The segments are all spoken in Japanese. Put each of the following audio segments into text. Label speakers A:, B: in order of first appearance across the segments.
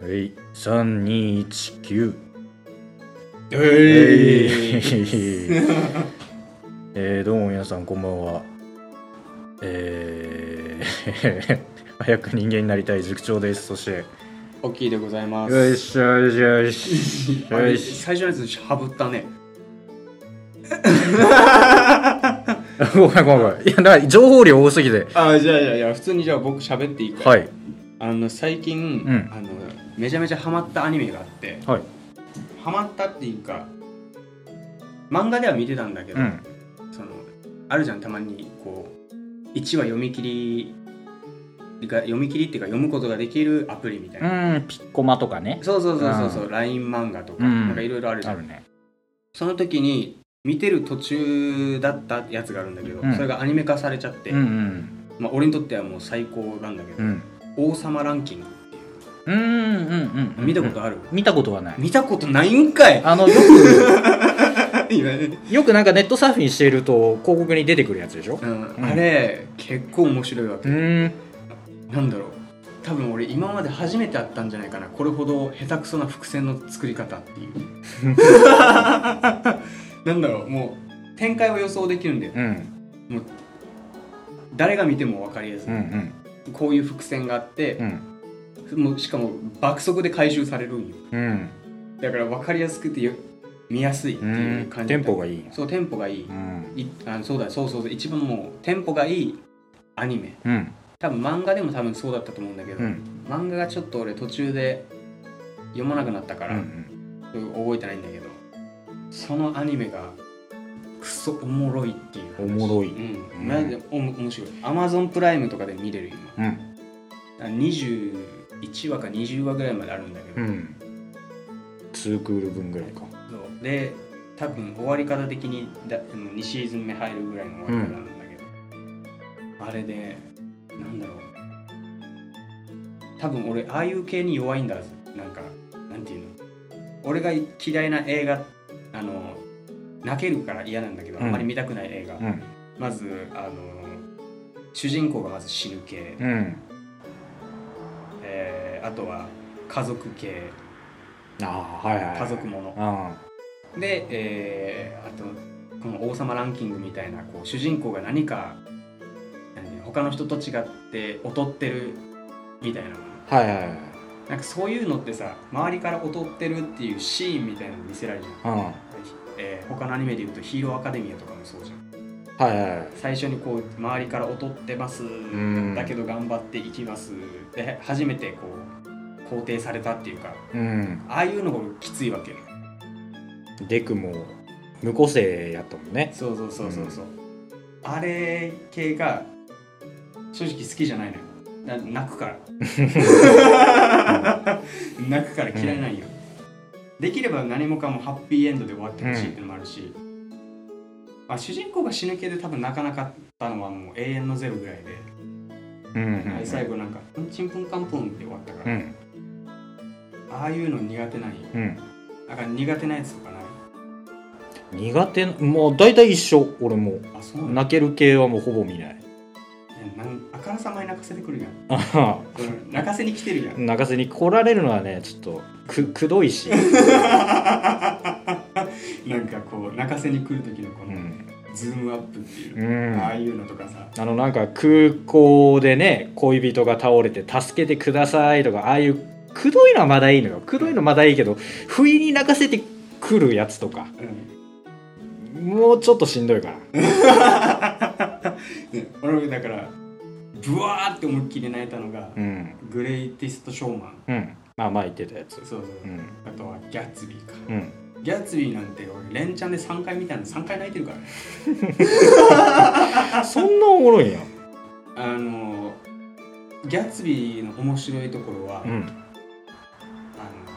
A: はい、三二一九。
B: え
A: え ー、どうも皆さんこんばんは。えー、 早く人間になりたい塾長です。そして、
B: 大きいでございます。
A: よいしょよいしょよいしょ
C: あ
A: よ
C: れ
A: いし
C: 最初のやつしゃぶったね
A: ょ。ごめんごめんごめん。いや、なんか情報量多すぎて。
B: あ、じゃあじゃあじゃあ普通にじゃあ僕喋っていいか。
A: はい。
B: あの最近、
A: うん
B: あのめちゃめちゃハマったアニメがあって、
A: はい。
B: ハマったっていうか漫画では見てたんだけど、
A: うん。
B: そのあるじゃんたまにこう1話読み切りが読み切りっていうか読むことができるアプリみたいうな。
A: ん、ピッコマとかね。
B: そうそうそうそうそう、LINE 漫画とか、
A: うん
B: なんかいろいろあるじゃ
A: あ
B: ん。
A: るね。
B: その時に見てる途中だったやつがあるんだけど、
A: うん
B: それがアニメ化されちゃって、
A: うん
B: まあ、俺にとってはもう最高なんだけ
A: う
B: ど、
A: ん。
B: 王様ランキングっていう
A: うん。うんうんうん。
B: 見たこと
A: あ
B: ある、
A: る見たことはない。
B: 見たことないんかい
A: あの、よく、
B: いやうん
A: よくなんかネットサーフィンしていると広告に出てくるやつでしょん
B: あれ結構面白いわけ、
A: うん。
B: なんだろう多分俺今まで初めてあったんじゃないかなこれほど下手くそな伏線の作り方っていう なんだろうもう展開を予想できるんだよ
A: うん。
B: 誰が見ても分かりやすい、
A: うん。
B: こういう伏線があって
A: う、ん。
B: もうしかも爆速で回収されるんよ
A: うん。
B: だから分かりやすくてよ見やすいっていう感じ
A: テンポがいい。
B: そうテンポがいい、
A: うん。
B: いあのそうだそうそうそう一番もうテンポがいいアニメ
A: うん。
B: 多分漫画でも多分そうだったと思うんだけど、
A: うん。
B: 漫画がちょっと俺途中で読まなくなったから、
A: うん。
B: 覚えてないんだけどそのアニメがクソおもろいっていう話
A: おもろい
B: うん、
A: うん
B: マジでおも面白いアマゾンプライムとかで見れる今
A: うん。
B: だから21話か20話ぐらいまであるんだけ
A: う
B: ど、
A: ん。ツークール分ぐらいか。
B: そうで多分終わり方的にだ2シーズン目入るぐらいの終わり方なんだけど、あれでなんだろう多分俺ああいう系に弱いんだはずなんかなんていうの俺が嫌いな映画あの泣けるから嫌なんだけど、
A: うん
B: あんまり見たくない映画、
A: うん。
B: まずあの主人公がまず死ぬ系、
A: うん。
B: えーあとは家族系
A: ああ、はいはい。
B: 家族もの
A: あ
B: で、えーあとこの「王様ランキング」みたいなこう主人公が何か何他の人と違って劣ってるみたいな
A: あ。はいはいはい。
B: なんかそういうのってさ周りから劣ってるっていうシーンみたいなの見せられるじゃん、
A: うん。
B: えー他のアニメでいうと「ヒーローアカデミア」とかもそうじゃん
A: はいはいはい。
B: 最初にこう周りから劣ってます、
A: ん
B: だけど頑張っていきますで初めてこう肯定されたっていうか
A: うん。
B: ああいうのがきついわけよ
A: デクも無個性やったもんね。
B: そうそうそうそうそう、あれ系が正直好きじゃないのよな泣くから泣くから嫌いなんよ、できれば何もかもハッピーエンドで終わってほしいってのもあるし、まあ、主人公が死ぬ系で多分泣かなかったのはもう永遠のゼロぐらいで、
A: うん。
B: 最後なんか「ちんぷんかんぷん」って終わったか
A: う
B: ら、
A: ん。
B: ああいうの苦手なんよ
A: うん。
B: だから苦手なやつとかない
A: 苦手な、もう大体一緒、俺も。
B: あそうなんだ
A: 泣ける系はもうほぼ見ない。
B: えなんあからさまに泣かせてくるやん
A: ああ。
B: その泣かせに来てるやん
A: 泣かせに来られるのはね、ちょっと、く、くどいし。
B: なんかこう泣かせに来る時のこ
A: う
B: の
A: ん。
B: ズームアップっていう、
A: うん。
B: ああいうのとかさ
A: あのなんか空港でね恋人が倒れて助けてくださいとかああいうくどいのはまだいいのよくどいのはまだいいけど不意に泣かせてくるやつとか
B: うん
A: もうちょっとしんどいから
B: ね俺だからブワーって思いっきり泣いたのが、
A: うん
B: グレイティストショーマン
A: うんまあ前言ってたやつ
B: そうそう、
A: うん
B: あとはギャッツビーか、
A: うん
B: ギャッツビーなんて俺連チャンで3回見たの3回泣いてるからね
A: そんなおもろいんや
B: あのギャッツビーの面白いところは、
A: うん
B: あの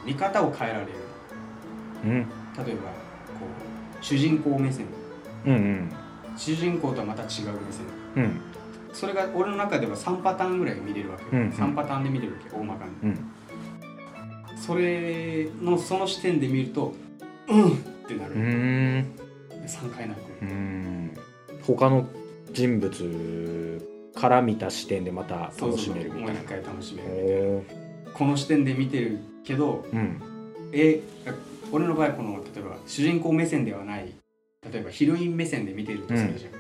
B: 見方を変えられる
A: うん
B: 例えばこう主人公目線
A: うん
B: 主人公とはまた違う目線
A: うんうん
B: それが俺の中では3パターンぐらい見れるわけよ、
A: うんうん
B: 3パターンで見れるわけ大まかに、
A: うん
B: それのその視点で見るとうんってなる、
A: うーん
B: 3回泣く、
A: うーん他の人物から見た視点でまた
B: そう
A: 楽
B: そ
A: し
B: うそう
A: めるみ
B: もう
A: たいな
B: 1回楽しめるみたいな
A: おー
B: この視点で見てるけど
A: うん
B: え俺の場合この例えば主人公目線ではない例えばヒロイン目線で見てるとするじゃん、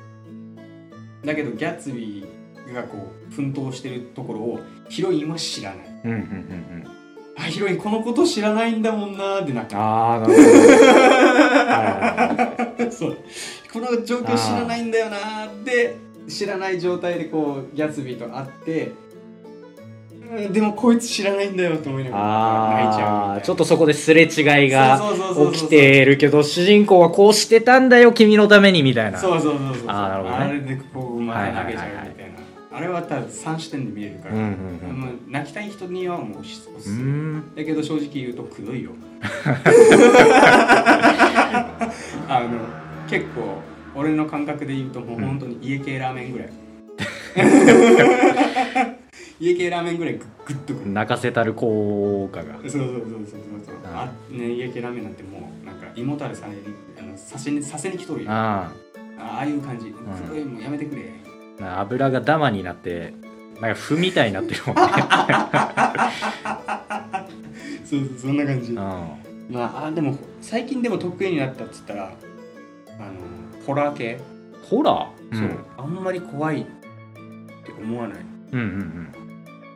B: だけどギャッツビーがこう奮闘してるところをヒロインは知らない
A: うんうんうんうん
B: あヒロインこのこと知らないんだもんなーってなっか
A: ああなるほどはいはいはい
B: そうこの状況知らないんだよなーって知らない状態でこうギャツビーと会ってうんでもこいつ知らないんだよと思いながら泣い
A: あ
B: ちゃうみたい
A: あ
B: な
A: ちょっとそこですれ違いが
B: そうそうそうそうそう
A: 起きてるけど主人公はこうしてたんだよ君のためにみたいな
B: そうそうそうそう
A: あーなるほどね
B: あれでこうまた投げちゃうみたいなあれはただ3視点で見れるか
A: うん
B: ら、
A: うん
B: もう泣きたい人にはもうおすすめ
A: うんうーん
B: だけど正直言うとくどいよ あの結構俺の感覚で言うともう本当に家系ラーメンぐ らい家系ラーメンぐらいグッグッとくる
A: 泣かせたる効果が
B: そうそうそうそうそうそうあね家系ラーメンなんてもうなんか胃もたれされにあのさせにさせに来とるよあ
A: あ
B: ああいう感じくどいもうやめてくれ、
A: あ油がダマになってなんか麩みたいになってるもんね、
B: そうそうそんな感じ
A: うん、
B: まああでも最近でも得意になったっつったらあのホラー系
A: ホラー
B: そう、あんまり怖いって思わない
A: うんうん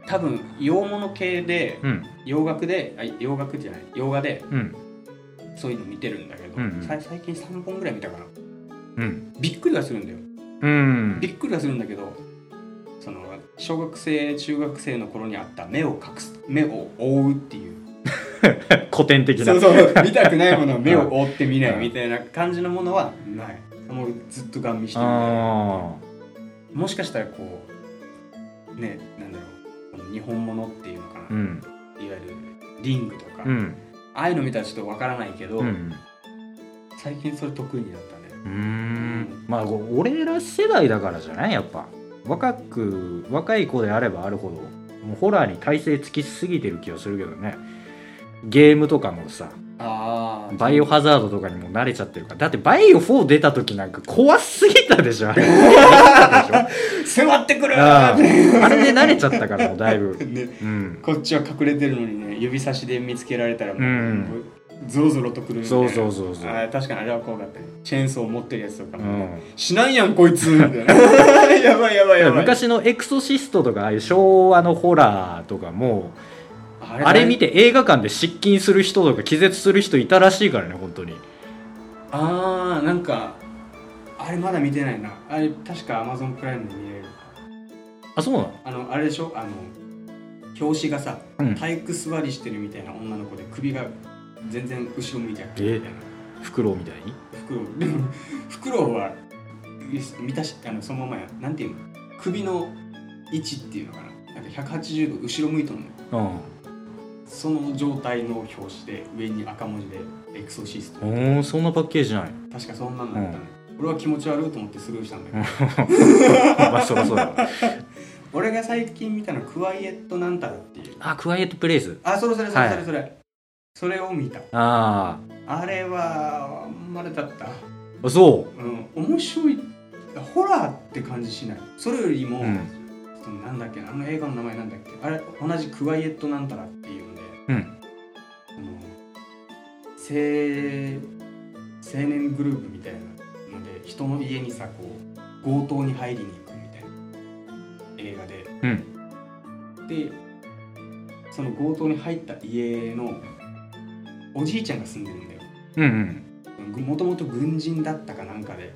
B: 多分洋物系で
A: うんうん
B: 洋楽であ洋楽じゃない洋画で
A: うん
B: そういうの見てるんだけど、
A: うんうん
B: さ最近3本ぐらい見たかな
A: うん
B: びっくりはするんだよ
A: うん
B: びっくりはするんだけどその小学生中学生の頃にあった目を隠す目を覆うっていう
A: 古典的な
B: そうそう見たくないものは目を覆って見ないみたいな感じのものはないもうずっとガン見してるみたいな
A: あ
B: もしかしたらこうねなんだろうこの日本物っていうのかな、
A: あうん
B: いわゆるリングとか、
A: うん
B: ああいうの見たらちょっとわからないけど、
A: うん
B: 最近それ得意になったね
A: うーんまあこう俺ら世代だからじゃないやっぱ若く若い子であればあるほどもうホラーに耐性つきすぎてる気がするけどねゲームとかもさ
B: あ
A: バイオハザードとかにも慣れちゃってるからだってバイオ4出た時なんか怖すぎたでし ょあれ
B: 迫ってくる
A: あーあれで慣れちゃったからもうだいぶ
B: ね、
A: うん
B: こっちは隠れてるのにね指差しで見つけられたらもう、
A: うん
B: ゾロゾロとくるみたい
A: そう
B: な
A: そうそうそう
B: あー確かにあれは怖かったねチェーンソー持ってるやつとか
A: う
B: もね、
A: ん
B: しない やんこいつみたいなやばいやばいやばい
A: 昔のエクソシストとかああいう昭和のホラーとかも
B: あ
A: あれ見
B: て
A: て映画館で失禁する人とか気絶する人いたらしいからね本当に
B: あーなんかあれまだ見てないなあれ確か Amazon プライムで見れる
A: あそうなの
B: あのあれでしょあの表紙がさ、
A: うん
B: 体育座りしてるみたいな女の子で首が全然後ろ向いてるみたいな
A: フクロウみたいに
B: フクロウで もフクロウは満たしあのそのままやなんていうの首の位置っていうのかななんか180度後ろ向いとんの
A: う
B: よその状態の表紙で上に赤文字でエクソシスト
A: んおーそんなパッケージない
B: 確かそんなのだったね、俺は気持ち悪いと思ってスルーしたんだけ ど、
A: まあそろそろ
B: 俺が最近見たのはクワイエットなんたらっていう
A: あクワイエットプレイス
B: あそれそれそれ
A: はい
B: それそれ、それを見た
A: あ
B: あれはあんまりだった、
A: あそ
B: うん、面白いホラーって感じしないそれよりも、
A: ううん
B: そのなんだっけなあの映画の名前なんだっけあれ同じクワイエットなんたらっていうので
A: うん
B: あの青青年グループみたいなので人の家にさこう強盗に入りに行くみたいな映画で、でその強盗に入った家のおじいちゃんが住んでるんだよ
A: うんうん
B: もともと軍人だったかなんかで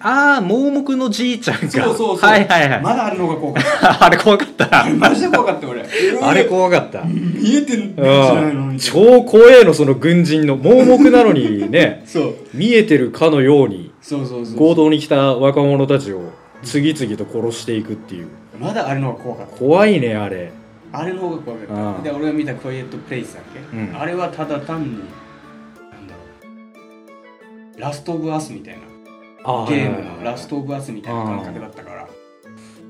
A: ああ盲目のじいちゃんが
B: そうそうそう
A: はいはいはい、
B: まだあるのが怖かっ
A: あれ怖かった
B: たマジで怖かった俺
A: あれ怖かった
B: 見えてるんじゃないのみたいな
A: 超怖えのその軍人の盲目なのにね
B: そう
A: 見えてるかのように
B: そうそうそう
A: 強盗に来た若者たちを次々と殺していくっていう
B: まだあるのが怖かった
A: 怖いねあれ
B: あれの方が怖かっ
A: う
B: た。
A: ん
B: で、俺が見たクワイエットプレイスだっけ、
A: うん
B: あれはただ単に、なんだろう、ラストオブアスみたいな、
A: あ
B: ゲームのラストオブアスみたいな感覚だったから、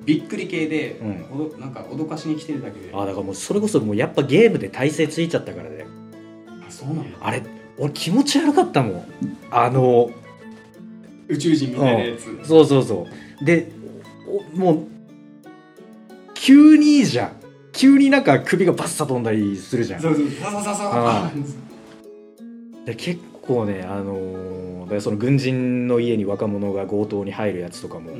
B: びっくり系で、
A: うん
B: おどなんか脅かしに来てるだけで、
A: あだからもうそれこそもうやっぱゲームで体勢ついちゃったからだよ
B: あそうなの
A: あれ俺気持ち悪かったもんあの
B: 宇宙人みたいなやつ。
A: そうそうそうでおもう急にいいじゃん急になんか首がバッサ飛んだりするじゃん
B: そうそうそうそうそう
A: あ
B: あ
A: で結構ねあのーだからその軍人の家に若者が強盗に入るやつとかも、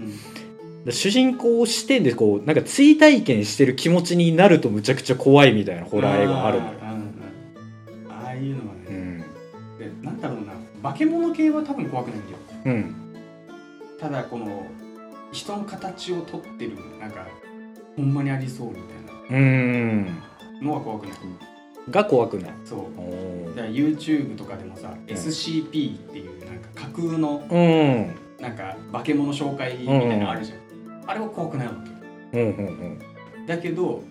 A: で主人公視点でこうなんか追体験してる気持ちになるとむちゃくちゃ怖いみたいなホラー映画あるのよ、
B: ああああいうのは
A: う
B: ね、
A: ん
B: でなんだろうな化け物系は多分怖くないんだよ
A: うん、
B: ただこの人の形をとってるなんかほんまにありそうみたい
A: うん、
B: なのは怖くない
A: が怖くない
B: そう
A: お
B: だ
A: ー
B: から YouTube とかでもさ、SCP っていうなんか架空の
A: うん
B: なんか化け物紹介みたいなのあるじゃん、あれは怖くないわけ
A: うんうん
B: だけど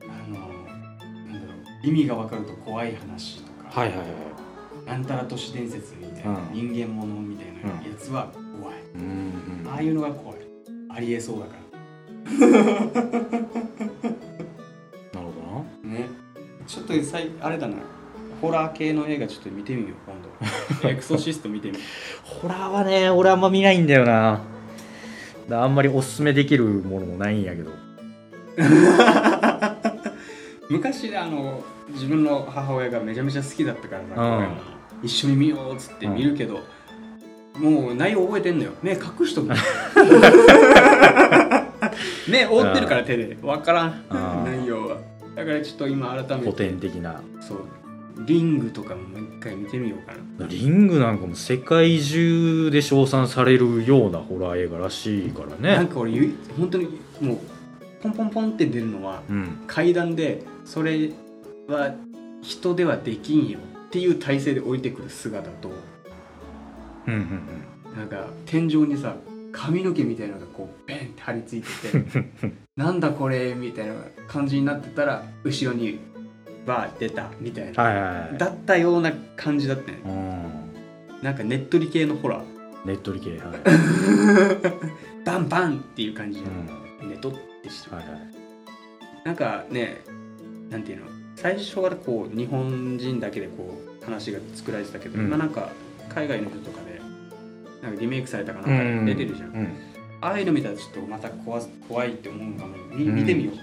B: あのなんだろう意味が分かると怖い話とか、
A: はいはいはい
B: なんたら都市伝説みたいな、
A: うん
B: 人間ものみたいなやつは怖い、
A: うんうん
B: ああいうのが怖いありえそうだか
A: なるほどな
B: らねちょっとさいあれだなホラー系の映画ちょっと見てみよう 今度エクソシスト見てみよ
A: ホラーはね俺あんま見ないんだよなだからあんまりおすすめできるものもないんやけど
B: う昔あの自分の母親がめちゃめちゃ好きだったからさ、
A: うん
B: これ一緒に見ようっつって見るけど、もう内容覚えてんのよ目隠しとく の目覆ってるから手で分からん
A: あー
B: 内容はだからちょっと今改めて
A: 古典的な
B: そうリングとかももう一回見てみようかな
A: リングなんかも世界中で称賛されるようなホラー映画らしいから
B: なん
A: ね
B: か俺ゆ本当にもうポンポンポンって出るのは
A: うん
B: 階段でそれは人ではできんよっていう体勢で降りてくる姿と
A: うんうん
B: なんか天井にさ髪の毛みたいなのがこうベンって張り付いてて なんだこれみたいな感じになってたら後ろにバー出たみたい
A: うん
B: な、
A: はいはいはい
B: だったような感じだったね
A: うん
B: なんかねっとり系のホラー
A: ねっとり系はい、
B: バンバンっていう感じ
A: う
B: じゃん
A: ん、
B: ねとってしてる
A: はいはい
B: なんかねなんていうの最初はこう日本人だけでこう話が作られてたけど、
A: うん
B: 今なんか海外の人とかでなんかリメイクされたか
A: う
B: なんか
A: ん
B: で出てるじゃん、
A: うん
B: ああいうの見たらちょっとまた怖す怖いって思うかもみ
A: うん
B: 見てみよう、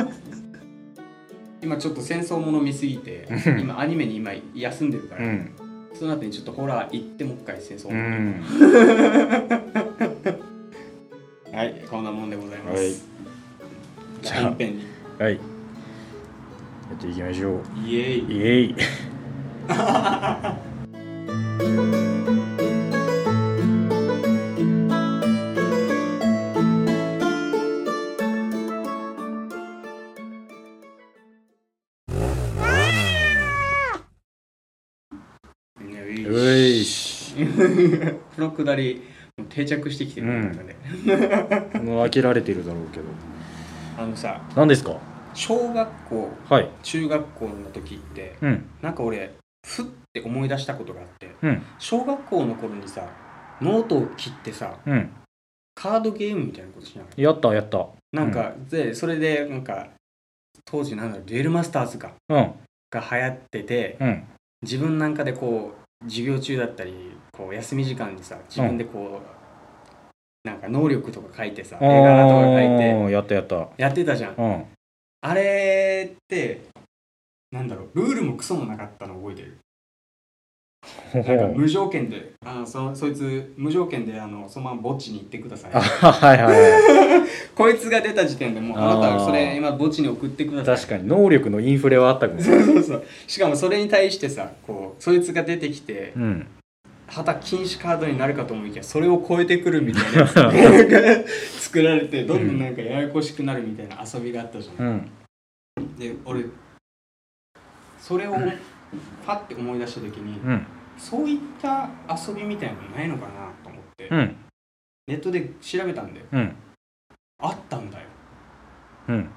B: 今ちょっと戦争もの見すぎて
A: うん
B: 今アニメに今休んでるか
A: う
B: ら、
A: ん
B: その後にちょっとホラー行ってもう一回戦争
A: う
B: もの、
A: ん
B: はいこんなもんでございます、
A: はい
B: じ
A: じ
B: ゃ
A: ゃあ
B: あ本編に
A: はいやっていきましょう
B: イエーイ
A: イエイ
B: ね
A: ういし
B: このくだりもう定着してきてる、
A: うん
B: 中で
A: もう飽きられてるだろうけど
B: あのさ
A: 何ですか
B: 小学校
A: はい
B: 中学校の時って
A: うん
B: なんか俺ふって思い出したことがあって
A: うん
B: 小学校の頃にさノートを切ってさ
A: うん
B: カードゲームみたいなことしなかっ
A: やったやった
B: たなんか、でそれでなんか当時なんだろうデュエルマスターズか
A: うん
B: が流行ってて
A: うん
B: 自分なんかでこう授業中だったりこう休み時間にさ自分でこう、なんか能力とか書いてさ絵柄とか書いて
A: あーやったやった
B: やってたじゃん
A: うん
B: あれってなんだろうルールもクソもなかったの覚えてる
A: ほ
B: なんか
A: ほ
B: 無条件であのそそいつ無条件であのそのまま墓地に行ってください
A: あはいはいは
B: こいつが出た時点でもうあ
A: あー
B: なたはそれ今墓地に送ってくだ
A: い
B: さい
A: 確かに能力のインフレはあったかも
B: そう そうそうしかもそれに対してさこうそいつが出てきて
A: うん
B: 旗禁止カードになるかと思いきやそれを超えてくるみ たいなやつが作られてどんどんなんかややこしくなるみたいな遊びがあったじゃん、
A: うん
B: で俺それをパッて思い出した時に、
A: うん
B: そういった遊びみたいなのないのかなと思って、
A: うん
B: ネットで調べたんだよ
A: うん
B: あったんだよ
A: うん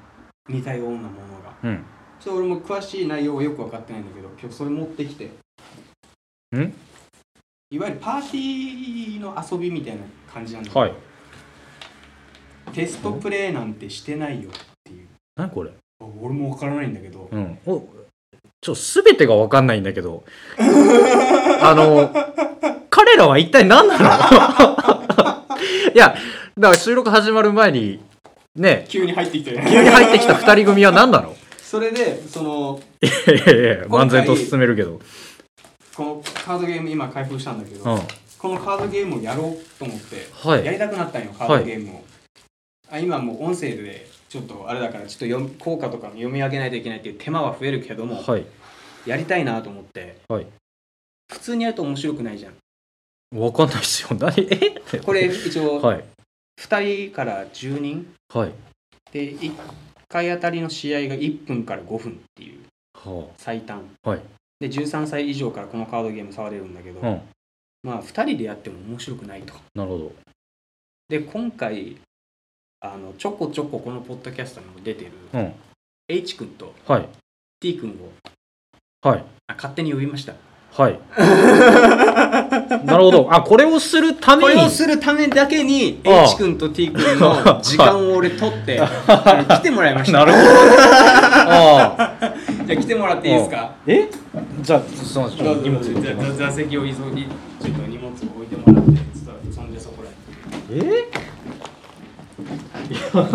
B: 似たようなものが
A: うん
B: ちょっと俺も詳しい内容はよく分かってないんだけど今日それ持ってきて
A: ん
B: いわゆるパーティーの遊びみたいな感じなんだけど、
A: はい
B: テストプレイなんてしてないよっていう
A: 何これ
B: 俺も分からないんだけど
A: うん、おちょ全てが分かんないんだけど あの彼らは 一体何なのいやだから収録始まる前にね
B: 急に入ってきて
A: 急に 入ってきた2人組は何なの
B: それでその
A: いやいやいや漫然と進めるけど、
B: このカードゲーム今開封したんだけど、
A: うん、
B: このカードゲームをやろうと思って、
A: は
B: や
A: い
B: りたくなったんよカードゲームを、あ今もう音声でちょっとあれだからちょっと読み効果とかも読み上げないといけないっていう手間は増えるけども、
A: はい
B: やりたいなと思って、
A: はい
B: 普通にやると面白くないじゃん
A: わかんないっすよ 何え
B: これ一応
A: はい
B: 2人から10人
A: はい
B: で1回あたりの試合が1分から5分っていう
A: は
B: 最短、
A: はい
B: で13歳以上からこのカードゲーム触れるんだけど、
A: あうん
B: まあ2人でやっても面白くないと
A: なるほど
B: で今回あのちょこちょここのポッドキャストにも出てる
A: うん
B: H 君と
A: はい
B: T 君を
A: はい
B: あ勝手に呼びました
A: はいなるほどあこれをするた
B: こ
A: め
B: れ
A: に
B: をするためだけに
A: ああ
B: H 君と T 君の時間を俺取ってあの来てもらいました
A: なるほどああ
B: じゃあ来てもらっていいですか
A: えじゃあすいません
B: どうぞ
A: 荷
B: ど
A: 物置
B: うぞ
A: い
B: じ
A: てき
B: ゃ
A: ま
B: あ
A: す
B: 座席を移動にちょっと荷物を置いてもらってちょっとそんでそこらへ
A: え い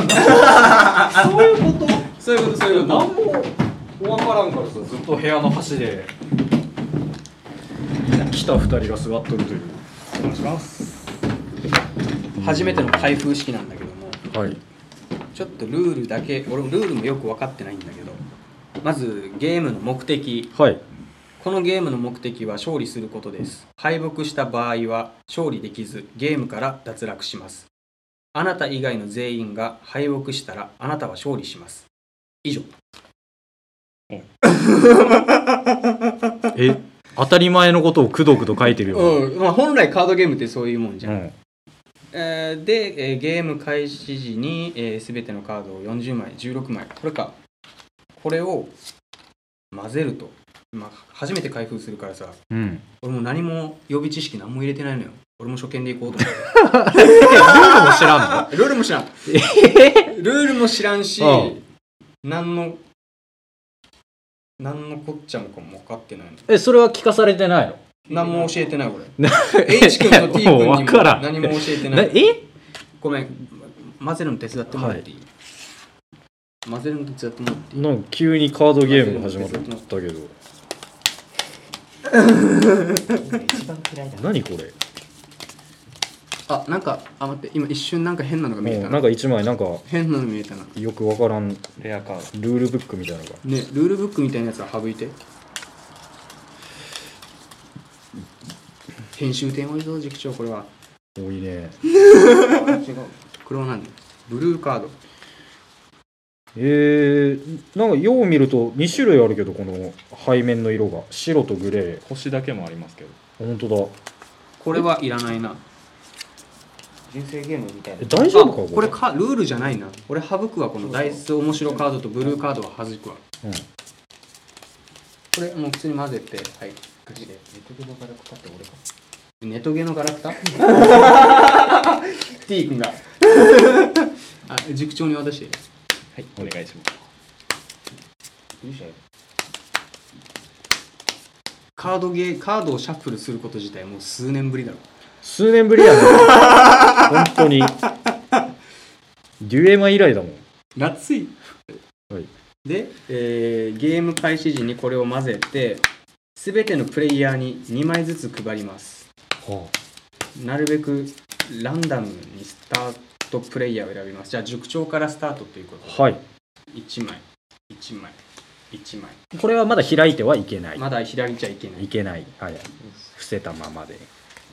A: やそういうこと
B: そういうことそういうこと
A: もわからんからさずっと部屋の端で来た二人が座っとるという
B: お願いします初めての開封式なんだけども
A: はい
B: ちょっとルールだけ俺もルールもよく分かってないんだけどまずゲームの目的
A: はい
B: このゲームの目的は勝利することです敗北した場合は勝利できずゲームから脱落しますあなた以外の全員が敗北したらあなたは勝利します以上
A: え当たり前のことをくどくど書いてるよ、
B: うん、まあ、本来カードゲームってそういうもんじ
A: う
B: ゃん、
A: ん
B: えーで、えーゲーム開始時に、えー、全てのカードを40枚16枚これかこれを混ぜると、まあ、初めて開封するからさ
A: うん、
B: 俺もう何も予備知識何も入れてないのよ俺も初見でいこうと思って
A: ルールも知らんの
B: ルールも知らんルールも知らんし
A: うん
B: 何の何のこっちゃもかも分かってないの
A: えそれは聞かされてないの
B: 何も教えてない俺
A: な
B: H 君と T 君に
A: もう
B: も
A: 分からん
B: 何も教えてな
A: ないえ
B: ごめん混ぜるの手伝ってもらっていい、混ぜるの手伝ってもらっていい
A: なんか急にカードゲームが始まったけ ど
B: 一番嫌いだ
A: 何これ
B: あなんかあ待って今一瞬なんか変なのが見え
A: も
B: た
A: うな
B: なん
A: か一枚なんか
B: 変なの見えたな
A: よくわからん
B: レアカー
A: ルールブックみたいなのが
B: ドねルールブックみたいなやつは省いて編集点多いぞ塾長これは
A: 多いね
B: 黒なんだブルーカード
A: えー、なんかよう見ると2種類あるけどこの背面の色が白とグレー
C: 星だけもありますけど
A: 本当だ
B: これはいらないな
D: 人生ゲームみたい
A: え
D: な。
A: 大丈夫か
B: あこれかルールじゃないな俺省くわこのダイス面白カードとブルーカードは弾くわ
A: うん
B: これもう普通に混ぜてはいガチで
D: ネットゲームからかって俺か。
B: ネトゲのガラク タ T 君があ塾長に渡して
C: はいお願いします
D: 勇者よ。
B: カードゲーカードをシャッフルすること自体もう数年ぶりだろ
A: 数年ぶりやね本当にデュエマ以来だもん
B: 夏い
A: はい
B: で、えーゲーム開始時にこれを混ぜて全てのプレイヤーに2枚ずつ配ります
A: は
B: なるべくランダムにスタートプレイヤーを選びますじゃあ塾長からスタートということで
A: あ、はい
B: 1枚1枚1枚
A: これはまだ開いてはいけない、
B: まだ開いちゃいけない
A: いけないはい伏せたままで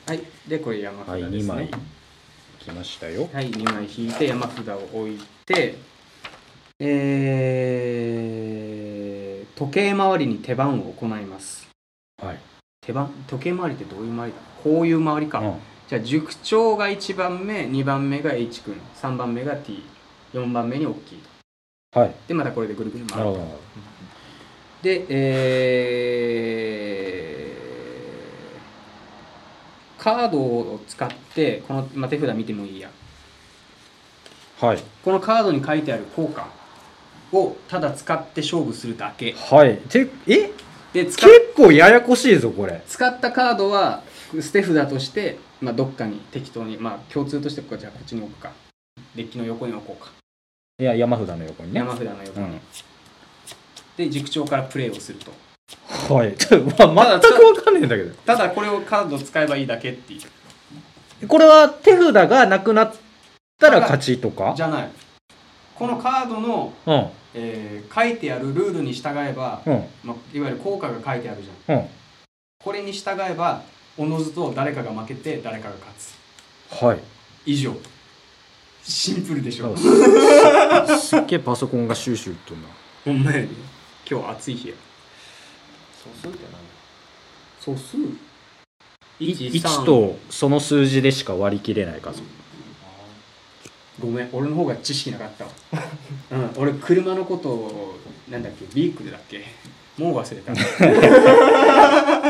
B: はいでこれ山
A: はい
B: 札で
A: 2
B: すね、
A: 枚きましたよ
B: はい、2枚引いて山札を置いて、えー、時計回りに手番を行います。
A: はい、
B: 手番時計回りってどういう回りだこういう回りか。
A: うん
B: じゃあ、塾長が1番目、2番目が H 君、3番目が T、4番目に大きい。
A: はい
B: で、またこれでぐるぐる
A: なるほ
B: 回る。
A: どなるほ
B: で、えー、カードを使って、この、まあ、手札見てもいいや。
A: どはい
B: このカードに書いてある効果をただ使って勝負するだけ
A: はいてえ
B: で使っ
A: 結構ややこしいぞこれ
B: 使ったカードは捨て札として、まあ、どっかに適当に、まあ、共通としてこうじゃあこっちに置くかデッキの横に置こうか
A: いや山札の横にね
B: 山札の横
A: う
B: に、
A: ん
B: で塾長からプレイをすると
A: はいちょっと、まあ、全く分かんねえんだけど
B: ただこれをカードを使えばいいだけっていう
A: これは手札がなくなったら勝ちとか
B: じゃないこのカードの、
A: うん
B: えー書いてあるルールに従えば、
A: うん
B: まあ、いわゆる効果が書いてあるじゃん
A: うんはい
B: これに従えばおのずと誰かが負けて誰かが勝つ以上シンプルでしょ
A: すすっげえパソコンがシューシューいっとんな
B: ほんまやね今日暑い日や
D: 素数って何
B: 素数
A: 1とその数字でしか割り切れない 数
B: ごめん俺の方が知識なかったわ、うん、俺車のことをなんだっけビークルだっけもう忘れた、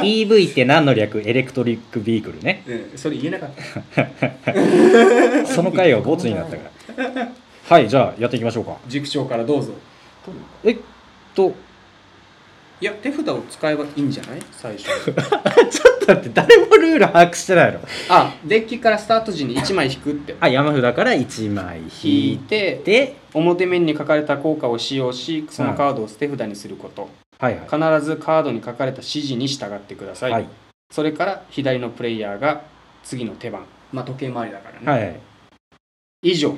A: EV って何の略エレクトリックビークルね
B: うん、それ言えなかった
A: その回がボツになったからはいじゃあやっていきましょうか
B: 塾長からどうぞ
D: 取るの
A: えっと
B: いや手札を使えばいいんじゃない最初
A: だって誰もルール把握してないの
B: あデッキからスタート時に1枚引くって
A: あ山札から1枚
B: 引
A: 引
B: い
A: い
B: て
A: て
B: 表面に書かれた効果を使用しそのカードを捨て札にすること、
A: はいはい
B: 必ずカードに書かれた指示に従ってください、
A: はい
B: それから左のプレイヤーが次の手番まあ時計回りだからね、
A: はいはい
B: 以上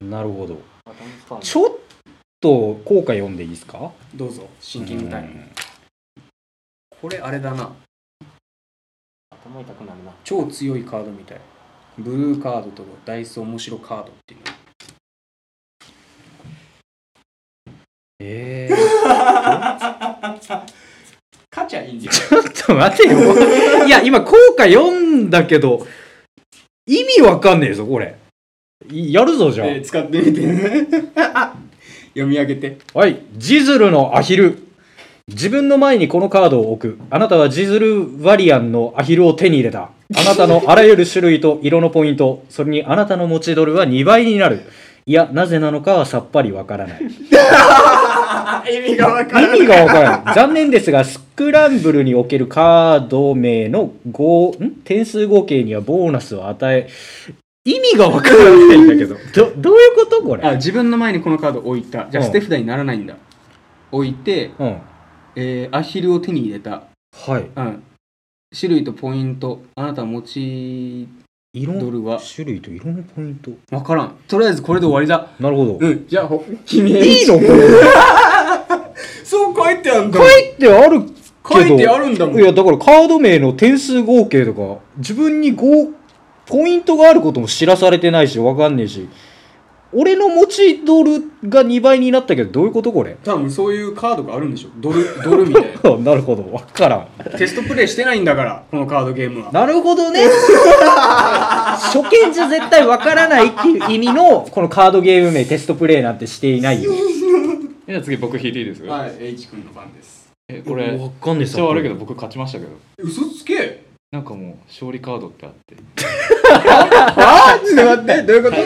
A: なるほど
D: 頭使うの
A: ちょっと効果読んでいいですか
B: どうぞシンキングタイ
A: う
B: ム
A: ん
B: これあれだな
D: 頭痛くなるな
B: 超強いカードみたいブルーカードとダイス面白カードっていうの
A: え
B: 勝ちゃいいんじ ゃ
A: ー、 ちょっと待てよいや今効果読んだけど意味わかんねえぞこれいやるぞじゃあ、
B: 使ってみて 読み上げて
A: はいジズルのアヒル自分の前にこのカードを置くあなたはジズルワリアンのアヒルを手に入れたあなたのあらゆる種類と 色のポイントそれにあなたの持ちドルは2倍になるいやなぜなのかはさっぱりわからない
B: あ意味がわか
A: 意味がわからん残念ですがスクランブルにおけるカード名の合ん点数合計にはボーナスを与え意味がわからないんだ けどどどういうことこ
B: あ
A: れ
B: 自分の前にこのカードを置いたじゃあ
A: うん
B: 捨て札にならないんだ置いて、
A: うん
B: えーアヒルを手に入れた、
A: はい
B: うん、種類とポイントあなた持ち
A: 色
B: ドルは
A: 種類と色のポイント
B: わからんとりあえずこれで終わりだ
A: なるほど、
B: うんじゃあほ君
A: いいのこれ
B: そう書いてあるんだ
A: 書いてあるけど
B: 書いてあるんだもん
A: いやだからカード名の点数合計とか自分に合ポイントがあることも知らされてないしわかんねえし俺の持ちドルが2倍になったけどどういうことこれ
B: 多分そういうカードがあるんでしょドルドルみたい
A: あ なるほど、わからん。
B: なテストプレイしてないんだからこのカードゲームは
A: なるほどね。初見じゃ絶対わからないっていう意味の、このカードゲーム名テストプレイなんてしていないよ。
C: じゃあ次僕引いていいです
B: はい H 君の番です
C: えこれめっ
A: かんねえ
C: ちゃ悪いけど。僕勝ちましたけど
B: 嘘つけ
C: なんかもう勝利カードってあって
B: あちょっと待ってどういうこと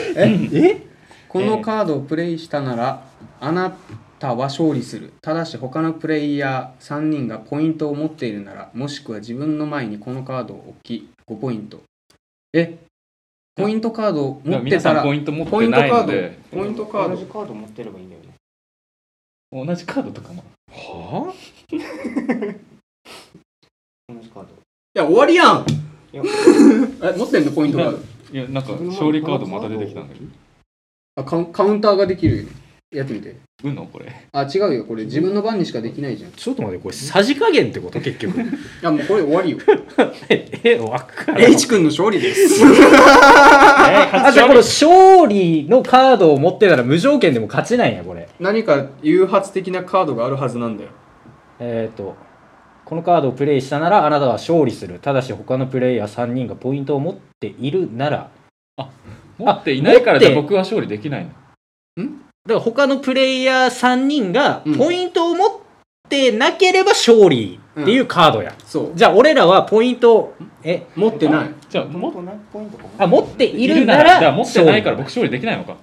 B: え
A: え
B: このカードをプレイしたなら、あなたは勝利するただし他のプレイヤー3人がポイントを持っているならもしくは自分の前にこのカードを置き5ポイントえポイントカードを
C: だか
B: 持
C: ら
B: って
C: 皆
B: た
C: さ
B: ら
C: んポイント持ってないので
B: ポイントカード
D: 同じカード持ってればいいんだよね
C: 同じカードとかも
A: は
D: 同じカード
B: いや終わりやん
D: いや
B: え持ってんのポイントカード
C: いやなんか勝利カードまた出てきたんだけど
B: あカウンカウンターができるよねやってみて
C: うのこれ
B: あ違うよこれ自分の番にしかできないじゃん
A: ちょっと待って、これさじ加減ってこと結局。
B: あもうこれ終わりよ
A: え、わからん。
B: H 君の勝利です
A: あ、じゃあこの勝利のカードを持ってたら無条件でも勝ちないんや、これ。
B: 何か誘発的なカードがあるはずなんだよ
A: えっ、ー、と、このカードをプレイしたならあなたは勝利する。ただし他のプレイヤー3人がポイントを持っているなら、
C: 持っていないから
A: 持
C: じ
A: っ
C: ゃ
A: て
C: あ僕は勝利できないの
A: だから他のプレイヤー3人が
B: うん
A: ポイントを持ってなければ勝利っていうカードや、
B: そう
A: じゃあ俺らはポイントをえ
B: 持ってない
C: じゃあ
D: も
C: も
D: っと何ポイントか
A: あ持っているな
C: な
A: ら
C: じゃあ持ってないから僕
A: 勝
C: 勝利できないのか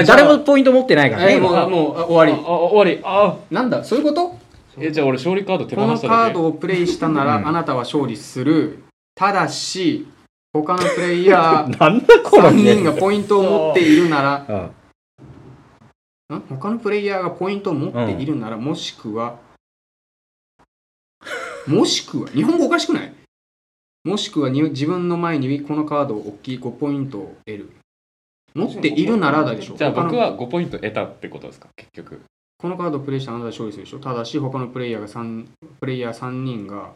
A: 利誰もポイント持ってないからね、
B: えもうもうあ終わ
C: ああ終わりあ
B: りなんだそういうこと
C: えじゃあ俺勝利カード手
B: こ
C: 放
B: の
C: した
B: カ
C: だ
B: ー
C: け
B: ドをプレイしたなら、
A: うん
B: あなたは勝利するただし他の プレイヤー
A: なんだこの
B: 3
A: ゲー
B: 人
A: ム
B: がポイントを持っているなら
A: うん
B: ん他のプレイヤーがポイントを持っているなら、もしくは、もしくは、日本語おかしくないもしくはに自分の前にこのカードを大きい5ポイントを得る。持っているならだでしょ。
C: じゃあ
B: 他の
C: 僕は5ポイント得たってことですか結局
B: このカードをプレイしたあなたが勝利するでしょ。ただし、他のプレイヤーが3、プレイヤー3人が、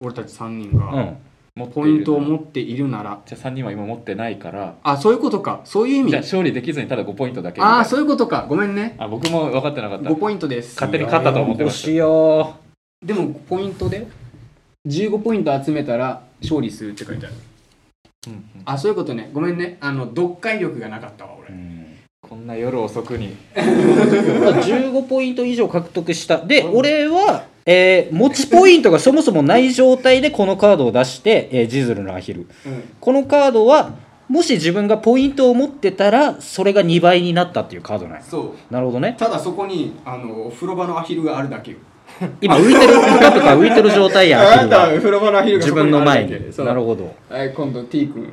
B: 俺たち3人
A: う
B: が、
A: ん
C: 持ってい
B: ポ
C: る
B: イントを持っているなら、
C: じゃあ3人は今持ってないから
B: あ、そういうことか。そういう意味
C: じゃあ。勝利できずにただ5ポイントだけ
B: ああ、そういうことか。ごめんね。
C: あ僕も分かってなかった
B: 5ポイントです。
C: 勝手に勝ったと思ってました
A: しよ
B: でもポイントで15ポイント集めたら勝利するって書いてある
C: うんうん
B: あそういうことねごめんねあの読解力がなかったわ
A: う、
B: 俺
A: うん、
C: こんな夜遅くに
A: 15ポイント以上獲得したで俺は、えー持ちポイントがそもそもない状態でこのカードを出して、えージズルのアヒル
B: うん
A: このカードはもし自分がポイントを持ってたらそれが2倍になったっていうカードなんや
B: そう
A: なるほどね
B: ただそこにあのお風呂場のアヒルがあるだけよ
A: 今浮いてるプカプカ浮いてる状態やんアヒルが
B: 風呂場のアヒ
A: 自分の前に
B: そう
A: なるほど
B: はい今度 T 君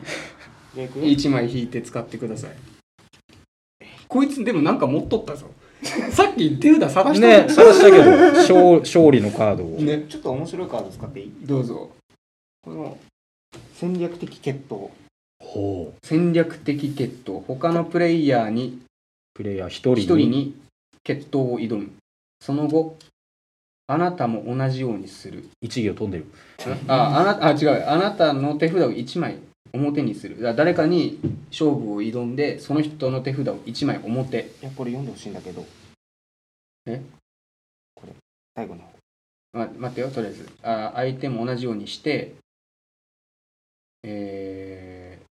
D: で、行く
B: 1枚引いて使ってくださいこいつでもなんか持っと ったぞさっき手札探して
A: ね探したけど勝勝利のカードを、
B: ね
D: ちょっと面白いカード使っていい
B: どうぞ
D: この戦略的決闘。
A: ほう
B: 戦略的決闘他のプレイヤーに
A: プレイヤー1人に
B: 一人に決闘を挑むその後あなたも同じようにする
A: 1行飛んでる
B: ああなあ違うあなたの手札を1枚表にするだから誰かに勝負を挑んでその人の手札を1枚表
D: いや、これ読んでほしいんだけど。
B: え
D: これ、最後の方。
B: ま待ってよとりあえずあ相手も同じようにしてえー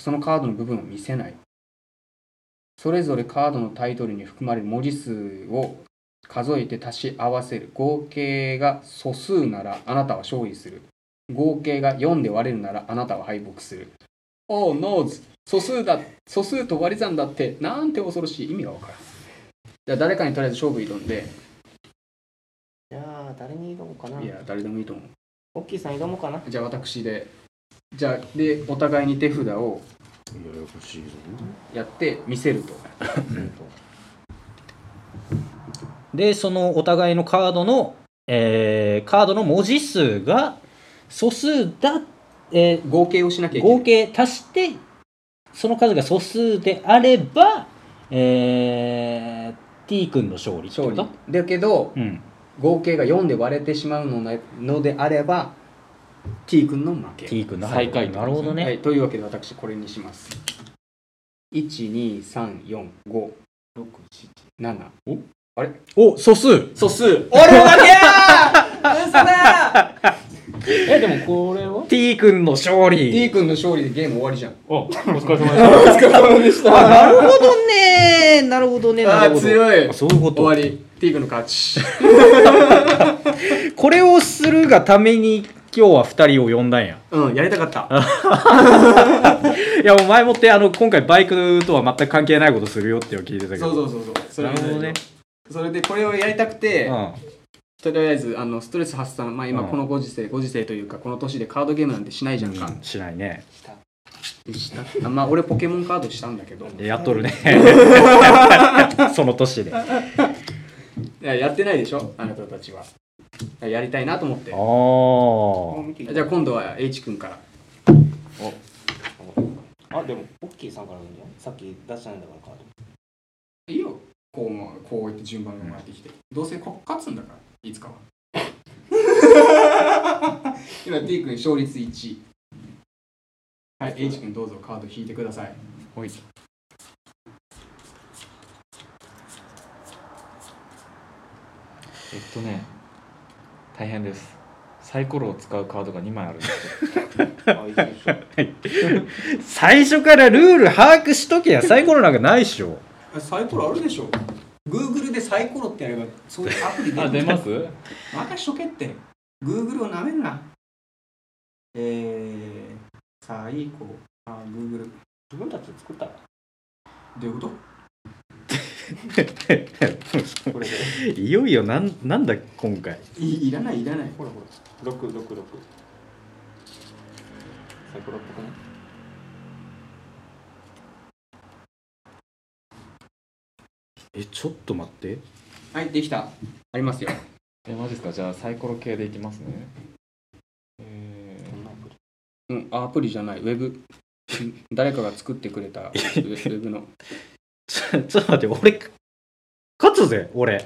B: そのカードの部分を見せないそれぞれカードのタイトルに含まれる文字数を数えて足し合わせる合計が素数ならあなたは勝利する合計が4で割れるならあなたは敗北するおおノーズ素数だ素数と割り算だってなんて恐ろしい意味がわからんじゃあ誰かにとりあえず勝負挑んで。
D: じゃあ、誰に挑もうかない
B: や誰でもいいと思う
D: オッキーさん挑もうかな。
B: じゃあ私でじゃあでお互いに手札を
A: ややこしいぞ
B: やって見せると
A: でそのお互いのカードの、えーカードの文字数が素数だ、え
B: 合計をしなきゃ
A: ー
B: いけない
A: 合計足してその数が素数であれば、えー、T 君の勝利ってこと
B: 勝利だけど
A: うん、
B: 合計が4で割れてしまうのなのであれば T 君の負け
A: T 君の
C: 最下位
A: なるほどね、
B: はい、というわけで私これにします1234577
D: 6、7。
A: お素数
B: 素数俺の負け
C: えでもこれは
A: T 君の勝利
B: T 君の勝利でゲーム終わりじゃん
C: おお疲れ様で
B: お疲れ様でし
A: あなるほどねなるほどねなるほど
B: い
A: あそういうこ
B: 終
A: と
B: わり T 君の勝 ち
A: これをするがために今日は2人を呼んだんや
B: うんやりたかった
A: いやもう前もってあの今回バイクとは全く関係ないことするよっていうのを聞いてたけ
B: そう
A: ど
B: そうそうそうそれ
A: なるほどね
B: それでこれをやりたくて、
A: うん
B: とりあえずあのストレス発散、まあ、今
A: うん
B: このご時世、ご時世というかこの年でカードゲームなんてしないじゃんか、
A: しないね
B: したあまあ俺ポケモンカードしたんだけど
A: やっとるね その年であ
B: いややってないでしょあなたたちはやりたいなと思って
D: もう
A: あ
D: 見ていい
B: じゃあ今度は H 君から
D: あ、でも、オッキーさんからなんじゃんさっき出したんだからカード。
B: いいよこうもこう言って順番に回ってきて、どうせこ勝つんだからい つかは今 T 君勝率1はい H 君どうぞカード引いてください
C: おいえっとね大変ですサイコロを使うカードが2枚あるんですよ
D: あ、いいでしょ。
A: 最初からルール把握しとけやサイコロなんかないっしょ
B: サイコロあるでしょ Google でサイコロってやればそういうアプリ
C: あ出ます
B: 任しとけって Google をなめるなえー、サイコあ Google ど
D: 自分たちで作ったら、
B: ういうこと
D: これで。
A: いよいよなんなんだ今回
B: いいらないいらない
D: ほらほら。6、6、6。サイコロっぽくね。
A: えちょっと待って
B: はいできたありますよ
C: えマジですかじゃあサイコロ系でいきますねえ
B: うんあアプリじゃないウェブ 誰かが作ってくれたウェウェブの
A: ちょちょっと待って俺勝つぜ俺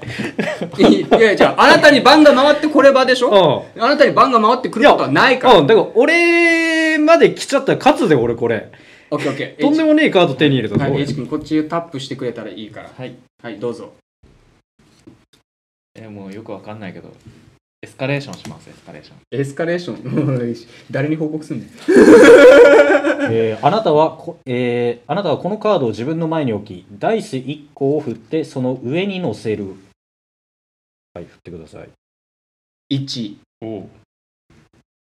B: いいやいやあなたに番が回ってこればでしょ
A: うん
B: あなたに番が回ってくることはないから
A: うんだから俺まで来ちゃったら勝つぜ俺これ
B: オッケーオッケー
A: とんでもねえカード手に入れたぞ
B: はい、
A: 俺
B: H 君こっちタップしてくれたらいいから
C: ーはい
B: はいどうぞ
C: えもうよくわかんないけどエスカレーションしますエスカレーション
B: エスカレーション誰に報告すんねん
A: えーあなたはこ、えーあなたはこのカードを自分の前に置き、ダイス1個を振って、その上に乗せる。はい、振ってください。
B: 1
C: おお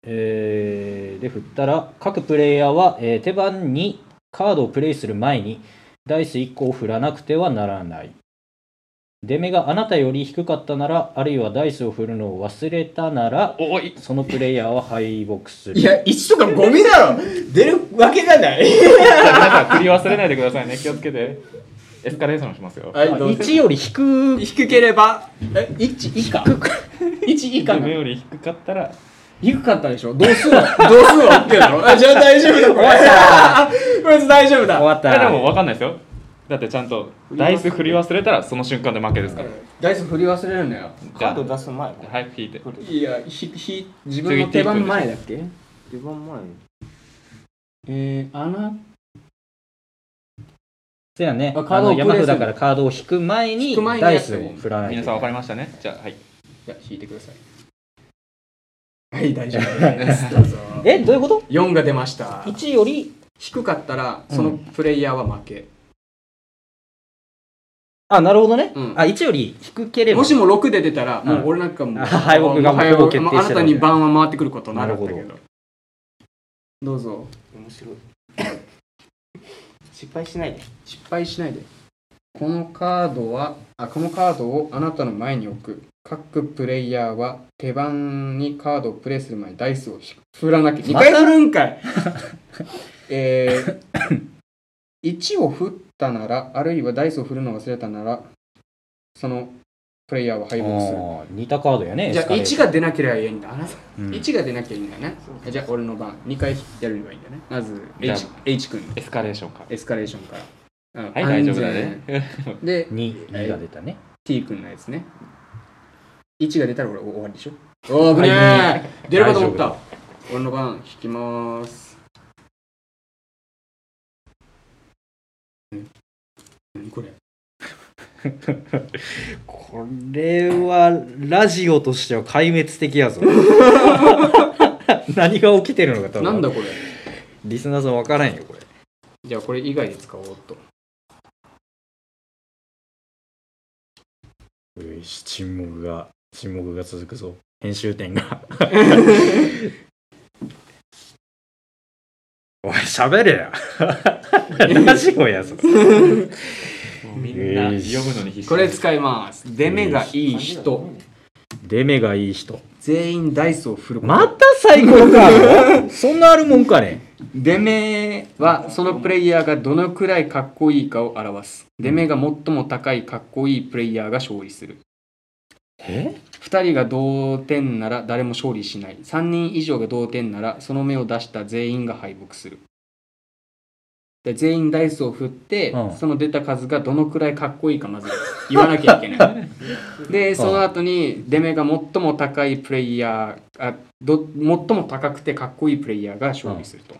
A: えーで、振ったら、各プレイヤーは、えー手番にカードをプレイする前に、ダイス1個を振らなくてはならない。出目があなたより低かったなら、あるいはダイスを振るのを忘れたなら、
C: おい
A: そのプレイヤーは敗北する。
B: いや1とかゴミだろ出るわけがない
C: 皆さん振り忘れないでくださいね気をつけてエスカレーションしますよ
B: はいどうぞ
A: 1より低く
B: 低ければえ1以下1以下
C: 目より低かったら
B: 低かったでしょ同数は同数は OK だろ あじゃあ大丈夫だこれあ こいつ大丈夫だ
A: 終わった。
C: えでもわかんないですよだってちゃんとダイス振り忘れたらその瞬間で負けですから
B: ダイス振り忘れるんだよ
C: じ
D: カ
C: ゃあ
D: ード出す前か。
C: はい引いて
B: いやひひ自分の手番前だっけ
D: 出番前。
B: えー、あな
A: そうやね。
B: あカ
A: あ
B: ードを
A: の
B: プレイす
A: 山
B: る
A: 札からカードを引く前に
B: 引く前に
A: ダイスを振らないと
C: 皆さんわかりましたねじゃあはい
B: じゃあ引いてくださいはい大丈夫です どうぞ
A: え、どういうこと
B: 4が出ました
A: ?1 より、
B: 低かったらそのプレイヤーは負け、
A: あ、なるほどね。
B: うん
A: あ、1より低ければ。
B: もしも6で出たら、もう
A: うん
B: 俺なんかもう
A: あ敗北が
B: もう
A: もう決定してた
B: あなたに番は回ってくることになるんだけ
A: な
B: どどうぞ
D: 面白い。 失敗しないで。
B: 失敗しないでこのカードはあこのカードをあなたの前に置く各プレイヤーは手番にカードをプレイする前にダイスを引く振らなきゃ2
A: ま
B: 回振るん かいえー、1を振ったならあるいはダイスを振るのを忘れたならそのプレイヤーは敗北する
A: あー似たカードやね。
B: じゃ
A: エ
B: あ
A: スカレー
B: 1が出なければいいんだあなた
A: うん
B: 1が出なきゃいいんだよね
D: そうそう
B: じゃあ俺の番2回やればいいんだねまず
C: じゃあ
B: H, H 君の
C: エスカレーションか
B: エスカレーションからは
C: はい大丈夫だね
B: で
A: 2、2が出たね。
B: T 君のやつね1が出たら俺終わりでしょおー危ね
A: は
B: え出るかと思っ
A: 大
B: た俺の番引きまーすん何これ
A: これは、ラジオとしては壊滅的やぞ。 何が起きてるのか多分。
B: なんだこれ
A: リスナーさんわからんよ、これ。
B: じゃあこれ以外で使おうっと
A: うい沈黙が、沈黙が続くぞ。編集点が。 おい、喋れ や。ラジオやぞ。
C: もうみんな読むのに必死
B: これ使います出目がいい人。
A: 出目がいい人。
B: 全員ダイスを振ること
A: また最高カー ドそんなあるもんかね
B: 出目はそのプレイヤーがどのくらいかっこいいかを表す出目が最も高いかっこいいプレイヤーが勝利する
A: え
B: 2人が同点なら誰も勝利しない3人以上が同点ならその目を出した全員が敗北するで全員ダイスを振って、
A: うん
B: その出た数がどのくらいかっこいいかまず言わなきゃいけないでその後に出目が最も高いプレイヤーあど最も高くてかっこいいプレイヤーが勝利すると、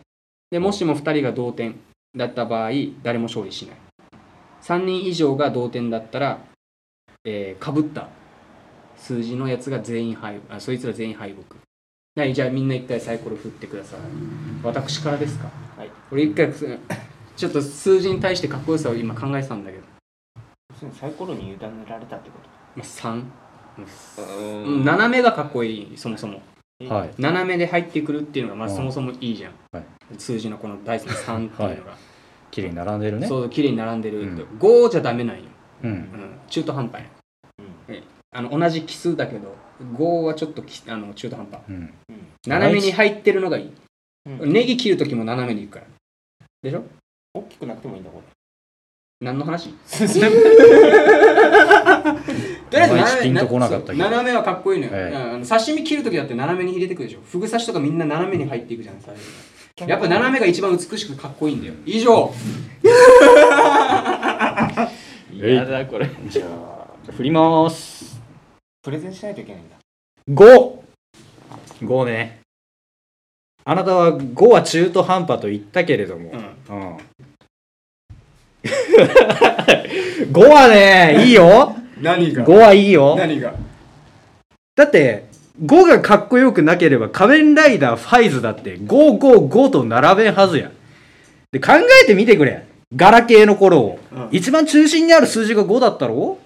B: でもしも2人が同点だった場合誰も勝利しない3人以上が同点だったら、えー、かぶった数字のやつが全員敗あそいつら全員敗北はいじゃあみんな一回サイコロ振ってください私からですか
D: はい
B: 俺一回すちょっと数字に対してかっこよさを今考えてたんだけど、
D: 要するにサイコロに委ねられたってこと。
B: まあ、3
C: う
B: うん
C: ん
B: 斜めがかっこいいそもそも
D: え
A: はい。
B: 斜めで入ってくるっていうのがまあ
A: うん
B: そもそもいいじゃん、
A: はい
B: 数字のこのダイスの3っていうのが、
A: 綺麗に並んでるね。
B: そう綺麗に並んでる、
A: うん
B: 5じゃダメなんよ、
A: う。
B: うんん、中途半端や
D: うん
B: あの同じ奇数だけど5はちょっときあの中途半端
A: うん。
D: うん
B: 斜めに入ってるのがいい、
D: うん
B: ネギ切るときも斜めにいくからでしょ
D: 大きくなくてもいいんだこれ。
E: 何の 話とりあえ
A: い
E: ず
A: まいち
E: 斜
A: ピン
E: め
A: とこなかったけど
B: 斜めはかっこいいのよ、
A: ええ
B: うんあの刺身切るときだって斜めに入れてくでしょフグ刺しとかみんな斜めに入っていくじゃないですかやっぱ斜めが一番美しくかっこいいんだよ以上
A: えい
C: やだこれ
A: じゃあ振ります
D: プレゼンしないといけないんだ。
A: 55ねあなたは5は中途半端と言ったけれども、
B: うん
A: うん、5はねいいよ
B: 何
A: 5はいいよ
B: 何が
A: だって5がかっこよくなければ仮面ライダーファイズだって555と並べんはずやで考えてみてくれガラケーの頃を、
B: うん
A: 一番中心にある数字が5だったろ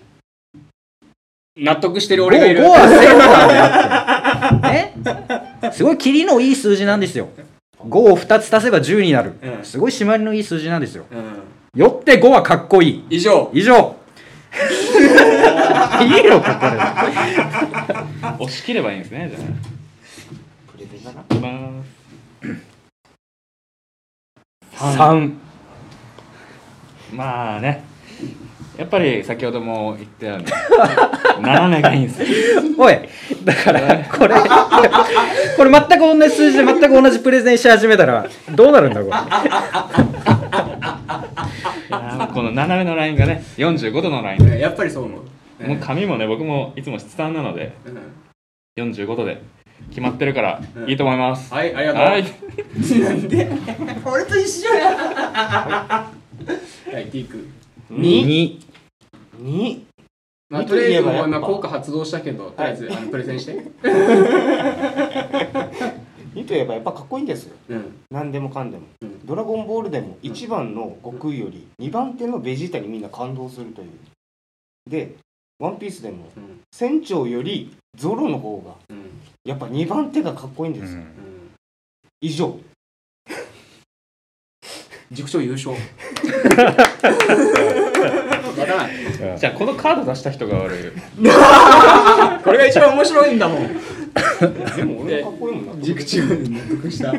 B: 納得してる
A: 5,
B: 俺がいる
A: 5はセンターだってねすごいキリのいい数字なんですよ5を2つ足せば10になる、
B: うん
A: すごい締まりのいい数字なんですよ
B: うん
A: よって5はかっこいい
B: 以上
A: 以上いいのかこれは
C: 押し切ればいいんですねじゃ
D: プレゼンだな。
C: あいきます
A: 3
C: まあねやっぱり先ほども言って ある斜めがいいんですよ
A: おいだからこれこれ全く同じ数字で全く同じプレゼンし始めたらどうなるんだこれ
C: いやーこの斜めのラインがね45度のラインで
B: やっぱりそう思う、
C: もう髪もね僕もいつも質感なので
B: うん
C: 45度で決まってるから
B: うん
C: いいと思います、
B: はいありがとう、
C: はい、
B: なんで俺と一緒やはいティーク
D: 二
A: 2
D: 二
B: まあ、
D: 二
B: と
D: と
B: り
D: い
B: あえ
D: え
B: ず
D: ば
B: もう
D: やっぱ
B: 今効果発動したけどとりあえずあのプレゼンして
D: 二といえばやっぱかっこいいんですよ。
B: うん
D: 何でもかんでも。
B: うん
D: ドラゴンボールでも1番の悟空より2番手のベジータにみんな感動するという。で、ワンピースでも
B: うん
D: 船長よりゾロの方が
B: うん
D: やっぱ2番手がかっこいいんですよ。
B: うん
D: 以上。
B: 塾長優勝わからない
C: じゃあこのカード出した人が悪 い
B: これが一番面白いんだもん
D: でも俺もかっこいいもんな。
B: 塾長納得した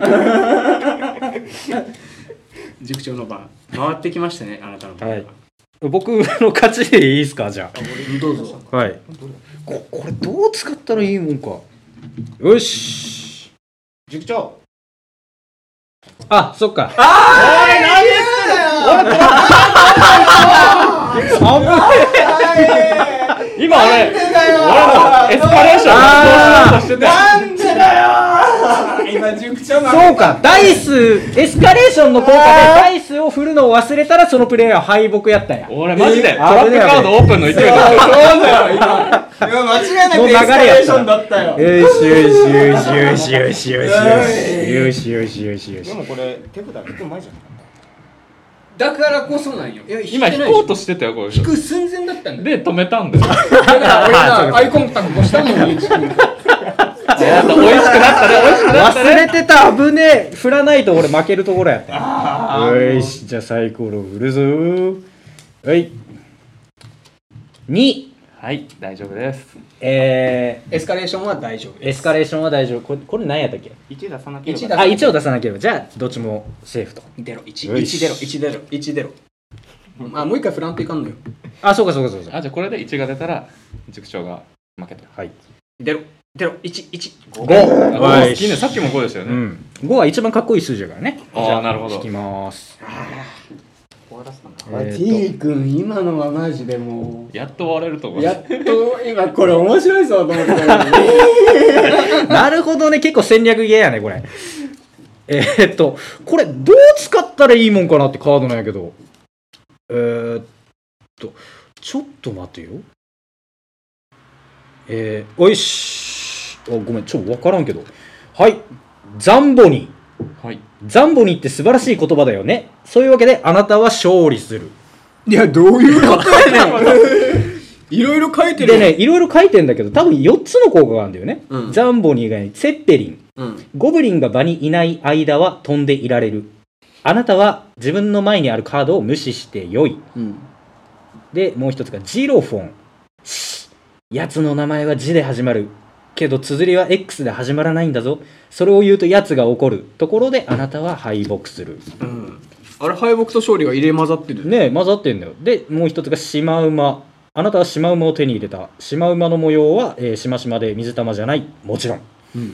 B: 塾長の番回ってきましたねあなたの番が
A: はい僕の勝ちでいいですかじゃ
B: どうぞ
A: あはいここれどう使ったらいいもんかよし
D: 塾長。
A: あそっ かあ ー何言ってんだよ
C: 今俺俺もエスカレーション
A: あー
C: どうしようとしてて
B: 今塾長が
A: そうかダイスエスカレーションの効果でダイスを振るのを忘れたらそのプレイヤーは敗北やったんやも
C: 俺マジで
A: えー
C: トラップカードオープンの勢いだ
B: 間違いな
A: う流れやったな
B: だったよ
A: よしよしよしよしよしよしよしよしよしよし
D: でもこれ手札結構前じゃん。
B: だからこそなんよいや
C: 今
B: 引いて
C: 引
B: ない
C: こうとしてたよこれ
B: 引く寸前だったんだよ
C: で止めたんだよ
B: だから俺がアイコンタクトしたのに
C: いや美味しくなったね美味しくなっ
A: 忘れてた危ねえ振らないと俺負けるところやったよいしじゃあサイコロ振るぞーはい2
C: たはい大丈夫です
A: え
B: エスカレーションは大丈夫
A: ー、エスカレーションは大丈夫これこれ何やったっけ
D: 1出さなけれ
B: 一
D: ば。
A: あ1を出さなければじゃあどっちもセーフと
B: 出ろ一
A: よし
B: 一出ろ一出ろ一出ろあもう一回フランといかんのよ
A: あそうかそうかそうか
C: あじゃあこれで1が出たら塾長が負けた
A: はい
B: 出ろ出ろ一一
A: 5
C: あ好きねさっきも5でしたよ
A: う
C: ね
A: ん、5は一番かっこいい数字だからね
C: あー
A: じゃ
C: なるほど
A: 引きます
D: 終わらせたんだ。
A: えーと
B: T 君今のはマジでも
C: やっと終われると思
B: う
C: う
B: やっと今これ面白いぞと思って
A: なるほどね結構戦略ゲーやねこれえーっとこれどう使ったらいいもんかなってカードなんやけどえーっとちょっと待てよえー、おいしあごめんちょっと分からんけどはいザンボニ
C: はい
A: ーザンボニーって素晴らしい言葉だよねそういうわけであなたは勝利する
B: いやどういうことやねんいろいろ書いてる
A: でねいろいろ書いてんだけど多分4つの効果があるんだよね、
B: うん
A: ザンボニー以外にセッペリン
B: うん
A: ゴブリンが場にいない間は飛んでいられる。あなたは自分の前にあるカードを無視してよい。
B: うん
A: で、もう一つがジロフォン。やつの名前は字で始まる。けど、綴りは X で始まらないんだぞ。それを言うとやつが怒る。ところで、あなたは敗北する。
B: うんあれ敗北と勝利が入れ混ざってる
A: ね混ざってんだよでもう一つがシマウマあなたはシマウマを手に入れたシマウマの模様は、えー、しましまで水玉じゃないもちろん
B: うん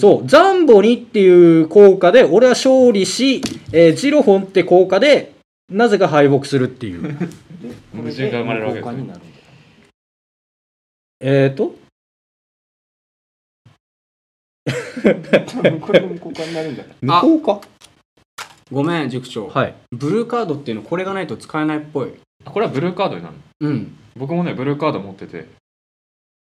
A: そうザンボにっていう効果で俺は勝利し、えージロホンって効果でなぜか敗北するっていう
D: で
C: 矛盾が生まれるわけですね
D: これで無効化になるんだよ
A: えっと
D: 多分これで無効化になるんだよ
A: 無効か
F: ごめん塾長、
A: はい
F: ブルーカードっていうのこれがないと使えないっぽい
C: これはブルーカードになるの
F: うん
C: 僕もねブルーカード持ってて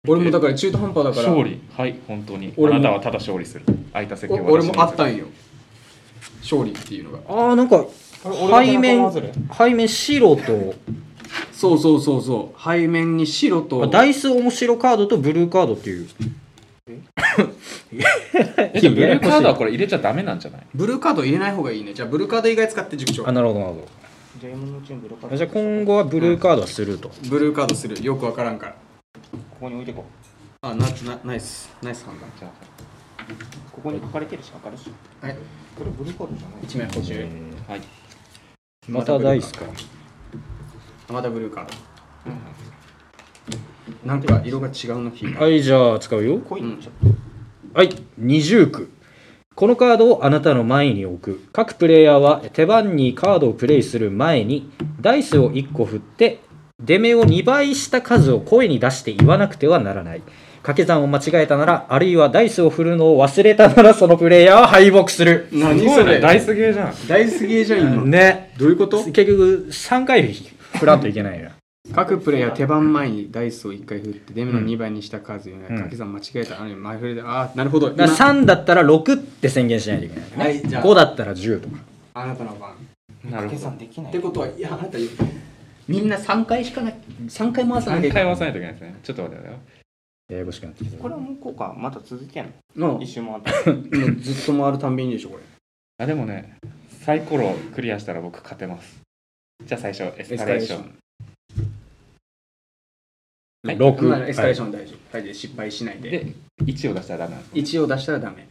B: 俺もだから中途半端だから
C: 勝利はい本当にあ
B: 俺も
C: なたはただ勝利する空いた席
B: お
C: を
B: 俺もあった
C: ん
B: んよ勝利っていうのが
A: あーなんか背面背面白と
F: そうそうそうそう背面に白と
A: あダイス面白カードとブルーカードっていう
C: ブルーカードはこれ入れちゃダメなんじゃない
B: ブルーカード入れない方がいいねじゃあブルーカード以外使って塾長
A: あなるほどなるほ
D: じゃあ山のチームブロックアウ
A: ど
D: ト
A: じゃあ今後はブルーカードはすると、
B: ブルーカードするよくわからんから
D: ここに置いてこ
B: あななナイスナイス判断
C: じゃ
D: うここに書かれてるし書かれるし
B: はい
D: これブルーカードじゃない
B: 1枚補充
C: あはい
A: またダイスか
B: またブルーカードなんか色が違うの聞いた
A: はいじゃあ使うよ
D: コインちょっ
A: はい二重苦このカードをあなたの前に置く各プレイヤーは手番にカードをプレイする前にダイスを1個振って出目を2倍した数を声に出して言わなくてはならない掛け算を間違えたならあるいはダイスを振るのを忘れたならそのプレイヤーは敗北する
B: 何
C: すごいねダイスゲーじゃん
B: 大すげえじゃん今
A: ね
B: どういうこと
A: 結局3回振らんといけないよ
B: 各プレイヤー手番前にダイスを1回振ってデメの
A: うん
B: 2倍にした数を掛け算間違えたあれ前振りであーなるほど
A: だ
B: 今
A: から3だったら6って宣言しないといけない、ね
B: はいじゃあ
A: 5だったら10とか
B: あなたの番
C: な
D: と
C: る
D: 計
C: ほど
D: 算できない
B: ってことはいやあなたみんな3回しかない3回回さなきゃ
C: 3
B: いけ
C: 回
B: ない
C: 押さないといけないですねちょっと待ってくださいよ
A: ややこしくなってきた
D: これは無効化まだ続けんの
B: の
D: 一周もあった
B: もうずっと回るたんびにでしょこれ
C: あでもねサイコロクリアしたら僕勝てますじゃあ最初エス
B: エ
C: カ
B: スカレ
C: レー
B: ー
C: シ
B: シ
C: ョ
B: ョ
C: ン
B: ン
A: 6、
B: 今のエスカレー
A: はい
B: ション大丈夫はいで失敗しないで
C: で1を出したらダメなんですね
B: 1を出したらダ メ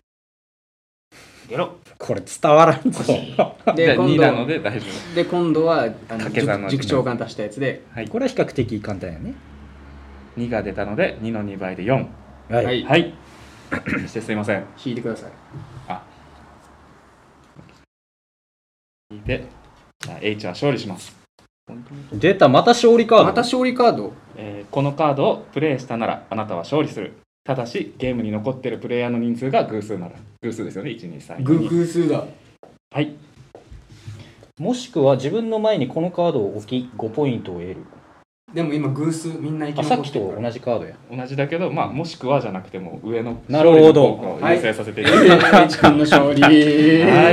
D: ゲロ
A: これ伝わらんぞ
C: じゃ
B: で
C: あ
B: 今
C: 2なの
B: 度
C: で大丈
B: で今度はあの
C: 掛け算の
B: 塾塾長が出したやつで
A: これは比較的簡単やね
C: 夫2が出たので2の2倍で4
A: はい、
B: はい
C: はいそしてすいません
B: 引いてください
C: でじゃあ H は勝利します、
A: 出たまた勝利カード
B: また勝利カード
C: えーこのカードをプレイしたならあなたは勝利するただしゲームに残ってるプレイヤーの人数が偶数なら偶数ですよね123
B: グーグー数だ
C: はい
A: もしくは自分の前にこのカードを置き5ポイントを得る
B: でも今偶数みんな生き
A: あさ
B: 残
A: っ
B: っ
A: き
B: てるか
A: と
B: ら
A: 同じカードや
C: 同じだけどまあもしくはじゃなくても上の
A: なるほど
C: 勝利の効果を優先させていただきます、
B: はい、H 君の勝利。
A: は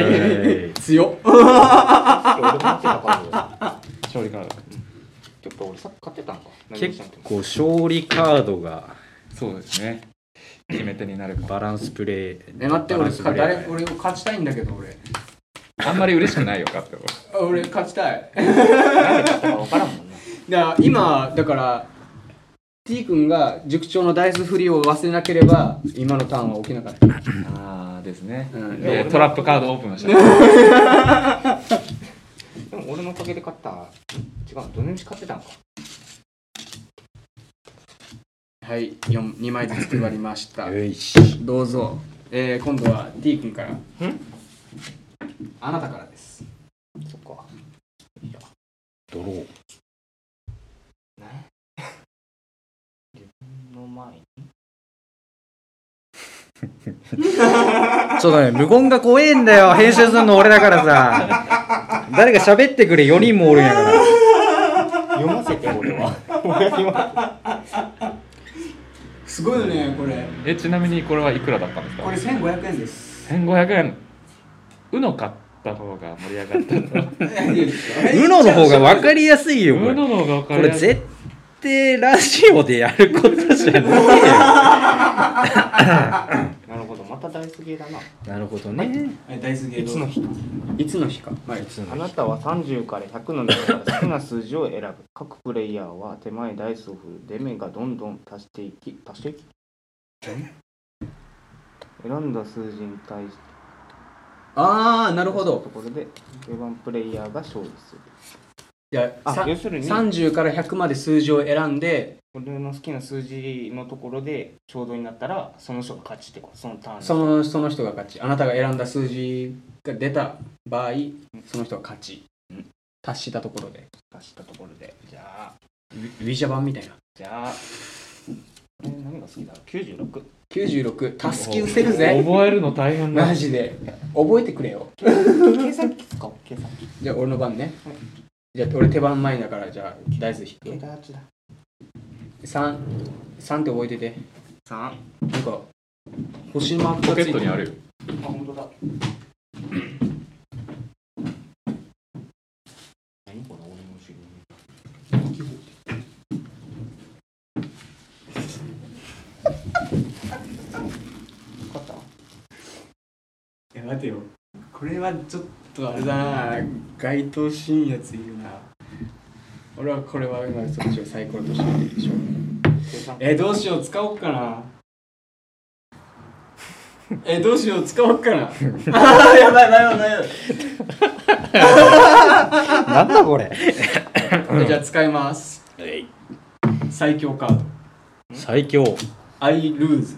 A: い
B: 強っ。
D: 俺も勝ってたから
C: 勝利カード
D: ちょっと俺さっき勝ってたんか何もし
A: 結
D: なくても
A: 構勝利カードが
C: そうですね決め手になるか
A: バランスプレー
B: え、待って、俺、
A: バ
B: か
A: ランス
B: 誰、
A: プレー
B: 俺、勝ちたいんだけど、俺。
C: あんまり嬉しくないよ勝っても
B: あ俺、勝ちたい。
D: 何で勝ったか分からんもんね
B: だから今、だから、T 君が塾長のダイス振りを忘れなければ、今のターンは起きなかった。
C: ああですね、
B: うん
C: でトラップカードオープンをした
D: でも俺のおかげで勝った違うどのみち勝ってたんか
B: はい、四2枚ずつ配りました。
A: よいし
B: どうぞ。えー、今度は T 君から。あなたからです。
D: そっか
A: ドロー
D: の前に
A: ちょっとね無言が怖えんだよ編集するの俺だからさ誰か喋ってくれ4人もおるんやから
D: 読ませて俺は俺は今
B: すごいよね、これ。
C: えちなみにこれはいくらだったんですか
B: これ1500円です。
C: 1500円うの買った方が盛り上がったな
A: UNO の方が分かりやすいよこ
C: う
A: れ
C: のの方が分
A: こ
C: かり
A: れ
C: やすい
A: 絶対ラジオでやることじゃない
D: なるほどまた大好きだな
A: よなるほどね
B: えダイスゲ
D: い
B: ー
D: つの
B: ム。
D: 日か
B: いつの日か。はい。
D: あなたは30から100の中から好きな数字を選ぶ。各プレイヤーは手前ダイスを振る。出目がどんどん足していき、足していき選んだ数字に対し
B: ああなるほど
D: ところで定番プレイヤーが勝利する
B: いや
D: あ
B: さ
D: 要するにこ
B: 30から100まで数字を選んで
D: れの好きな数字のところでちょうどになったらその人が勝ちってことそのターンの
B: そのその人が勝ちあなたが選んだ数字が出た場合その人が勝ち達したところで
D: 出したところでじゃあ
B: ウィウィジャ版みたいな
D: じゃあえー何が好きだろう96
B: 96たすき失せるぜ
C: 覚えるの大変だ
B: マジで覚えてくれよ
D: 計算機使おう計算機
B: じゃあ俺の番ねじゃあ俺手番前だからじゃあ大豆引
D: え
B: く
D: だちだ
B: 33って覚えてて
D: 3あ
B: なんか星マーク
C: ポ
B: がつ
C: ケ
B: い
C: ッ
B: て
C: トにあるよ
D: 本当だ何これ俺の後ろに勝った
G: え待てよこれはちょっとあれだな該当しんやついるな
B: 俺はこれは今そっちをサイコロとしてるでしょ
D: 計算
G: えどうしよう使おうかなえどうしよう使おうか なあーやばいやばいやばいやばい
A: なんだこれ
G: じゃあ使います最強カード
A: 最強
G: アイルーズ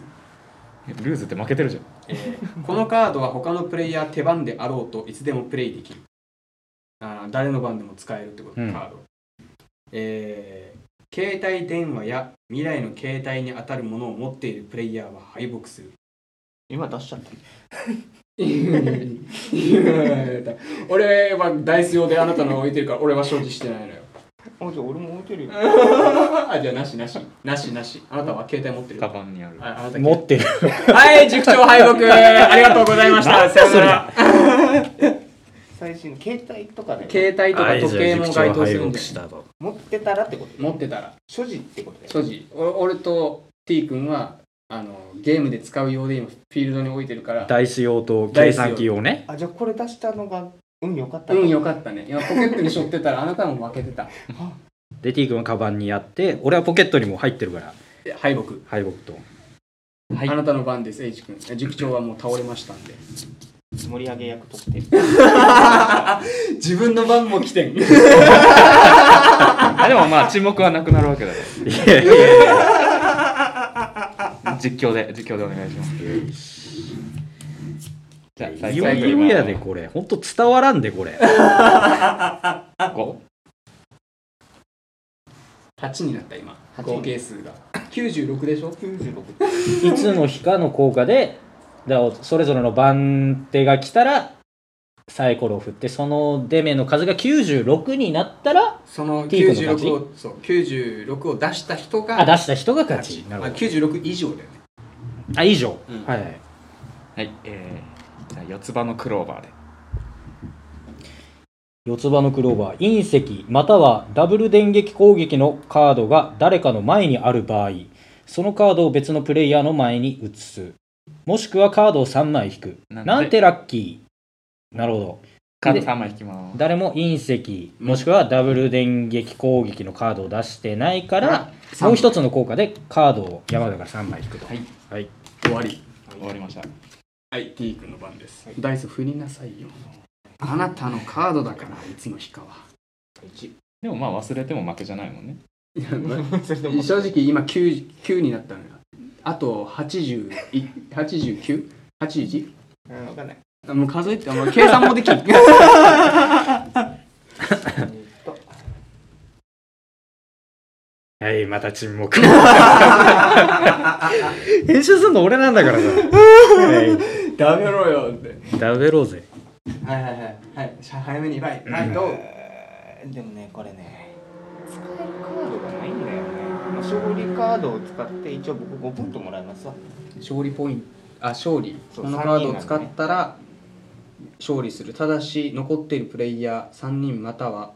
C: ルーズって負けてるじゃん
B: このカードは他のプレイヤー手番であろうといつでもプレイできる。あー誰の番でも使えるってこと、
A: うん
B: カード。えー携帯電話や未来の携帯に当たるものを持っているプレイヤーは敗北する。
D: 今出しちゃった
B: 俺はダイス用であなたの置いてるから俺は所持してないのよ。
D: あじゃあ俺も置いてるよ
B: あじゃあなしなし。なしなし。あなたは携帯持ってる。
C: カバンにある
B: ああなた
A: 持ってる
B: はい、塾長 敗北ありがとうございました。さよなら。
D: 最新の携帯とかで
B: 携帯とか時計も該当するん
A: で
B: で
A: したと
D: 持ってたらってこと
B: 持ってたら。
D: 所持ってことだよ
B: 所持お俺と T 君はあのゲームで使う用で今フィールドに置いてるから
A: ダイス用と計算機用ね
D: あじゃあこれ出したのが運良かった
B: 運良かったね今ポケットに背負ってたら あなたも負けてた
A: で T 君はカバンにやって俺はポケットにも入ってるから
B: 敗北、
A: 敗北と
B: はい、あなたの番です H 君塾長はもう倒れましたんで
D: 盛り上げ役特典
B: 自分の番も来 てん
C: あでもまあ沈黙はなくなるわけだか
A: いやいやいや
C: ら実況で実況でお願いしますじゃあ最
A: いよ
C: 初の
A: いよやでこれ本当伝わらんでこれ
C: こう
B: 8になった今
D: 8
B: 合計数が96でしょ
D: 96
A: いつの日かの効果でだからそれぞれの番手が来たらサイコロを振ってその出目の数が96になったら
B: その
A: T 君の勝ち
B: 96をそう96を出した人が
A: あ出した人が勝ちな
B: あ
A: るほど
B: 96以上だよね
A: あ以上、
B: うん
A: はいはい
C: はいえーじゃあ四つ葉のクローバーで
A: 四つ葉のクローバー隕石またはダブル電撃攻撃のカードが誰かの前にある場合そのカードを別のプレイヤーの前に移すもしくはカードを3枚引く
C: なんて
A: なんてラッキーなるほど
C: カード3枚引きます
A: 誰も隕石もしくはダブル電撃攻撃のカードを出してないから
B: 三
A: も
B: 枚
A: う一つの効果でカードを山田が3枚引くと
C: はい
A: はい、
B: 終わり
C: 終わりました
B: はい T 君の番です、ダイス振りなさいよあなたのカードだからいつの日かは
D: 1
C: でもまあ忘れても負けじゃないもんね
D: それでも
B: 正直今 9, 9になったのよあと8989
D: うん分かんない
B: もう数えて もう計算もできん
D: えーっと
A: はい、また沈黙編集すんの俺なんだ からさ、は
B: ダメろよって
A: い、ダベろうぜ
B: はいはいはいはいしゃ早めにバイバイと
D: えーでもねこれね使えるカードがないんだよね、まあ、勝利カードを使って一応僕5ポイントもらいますわ
B: 勝利ポイントあ勝利
D: そう
B: このカードを使ったら勝利するただし残っているプレイヤー3人または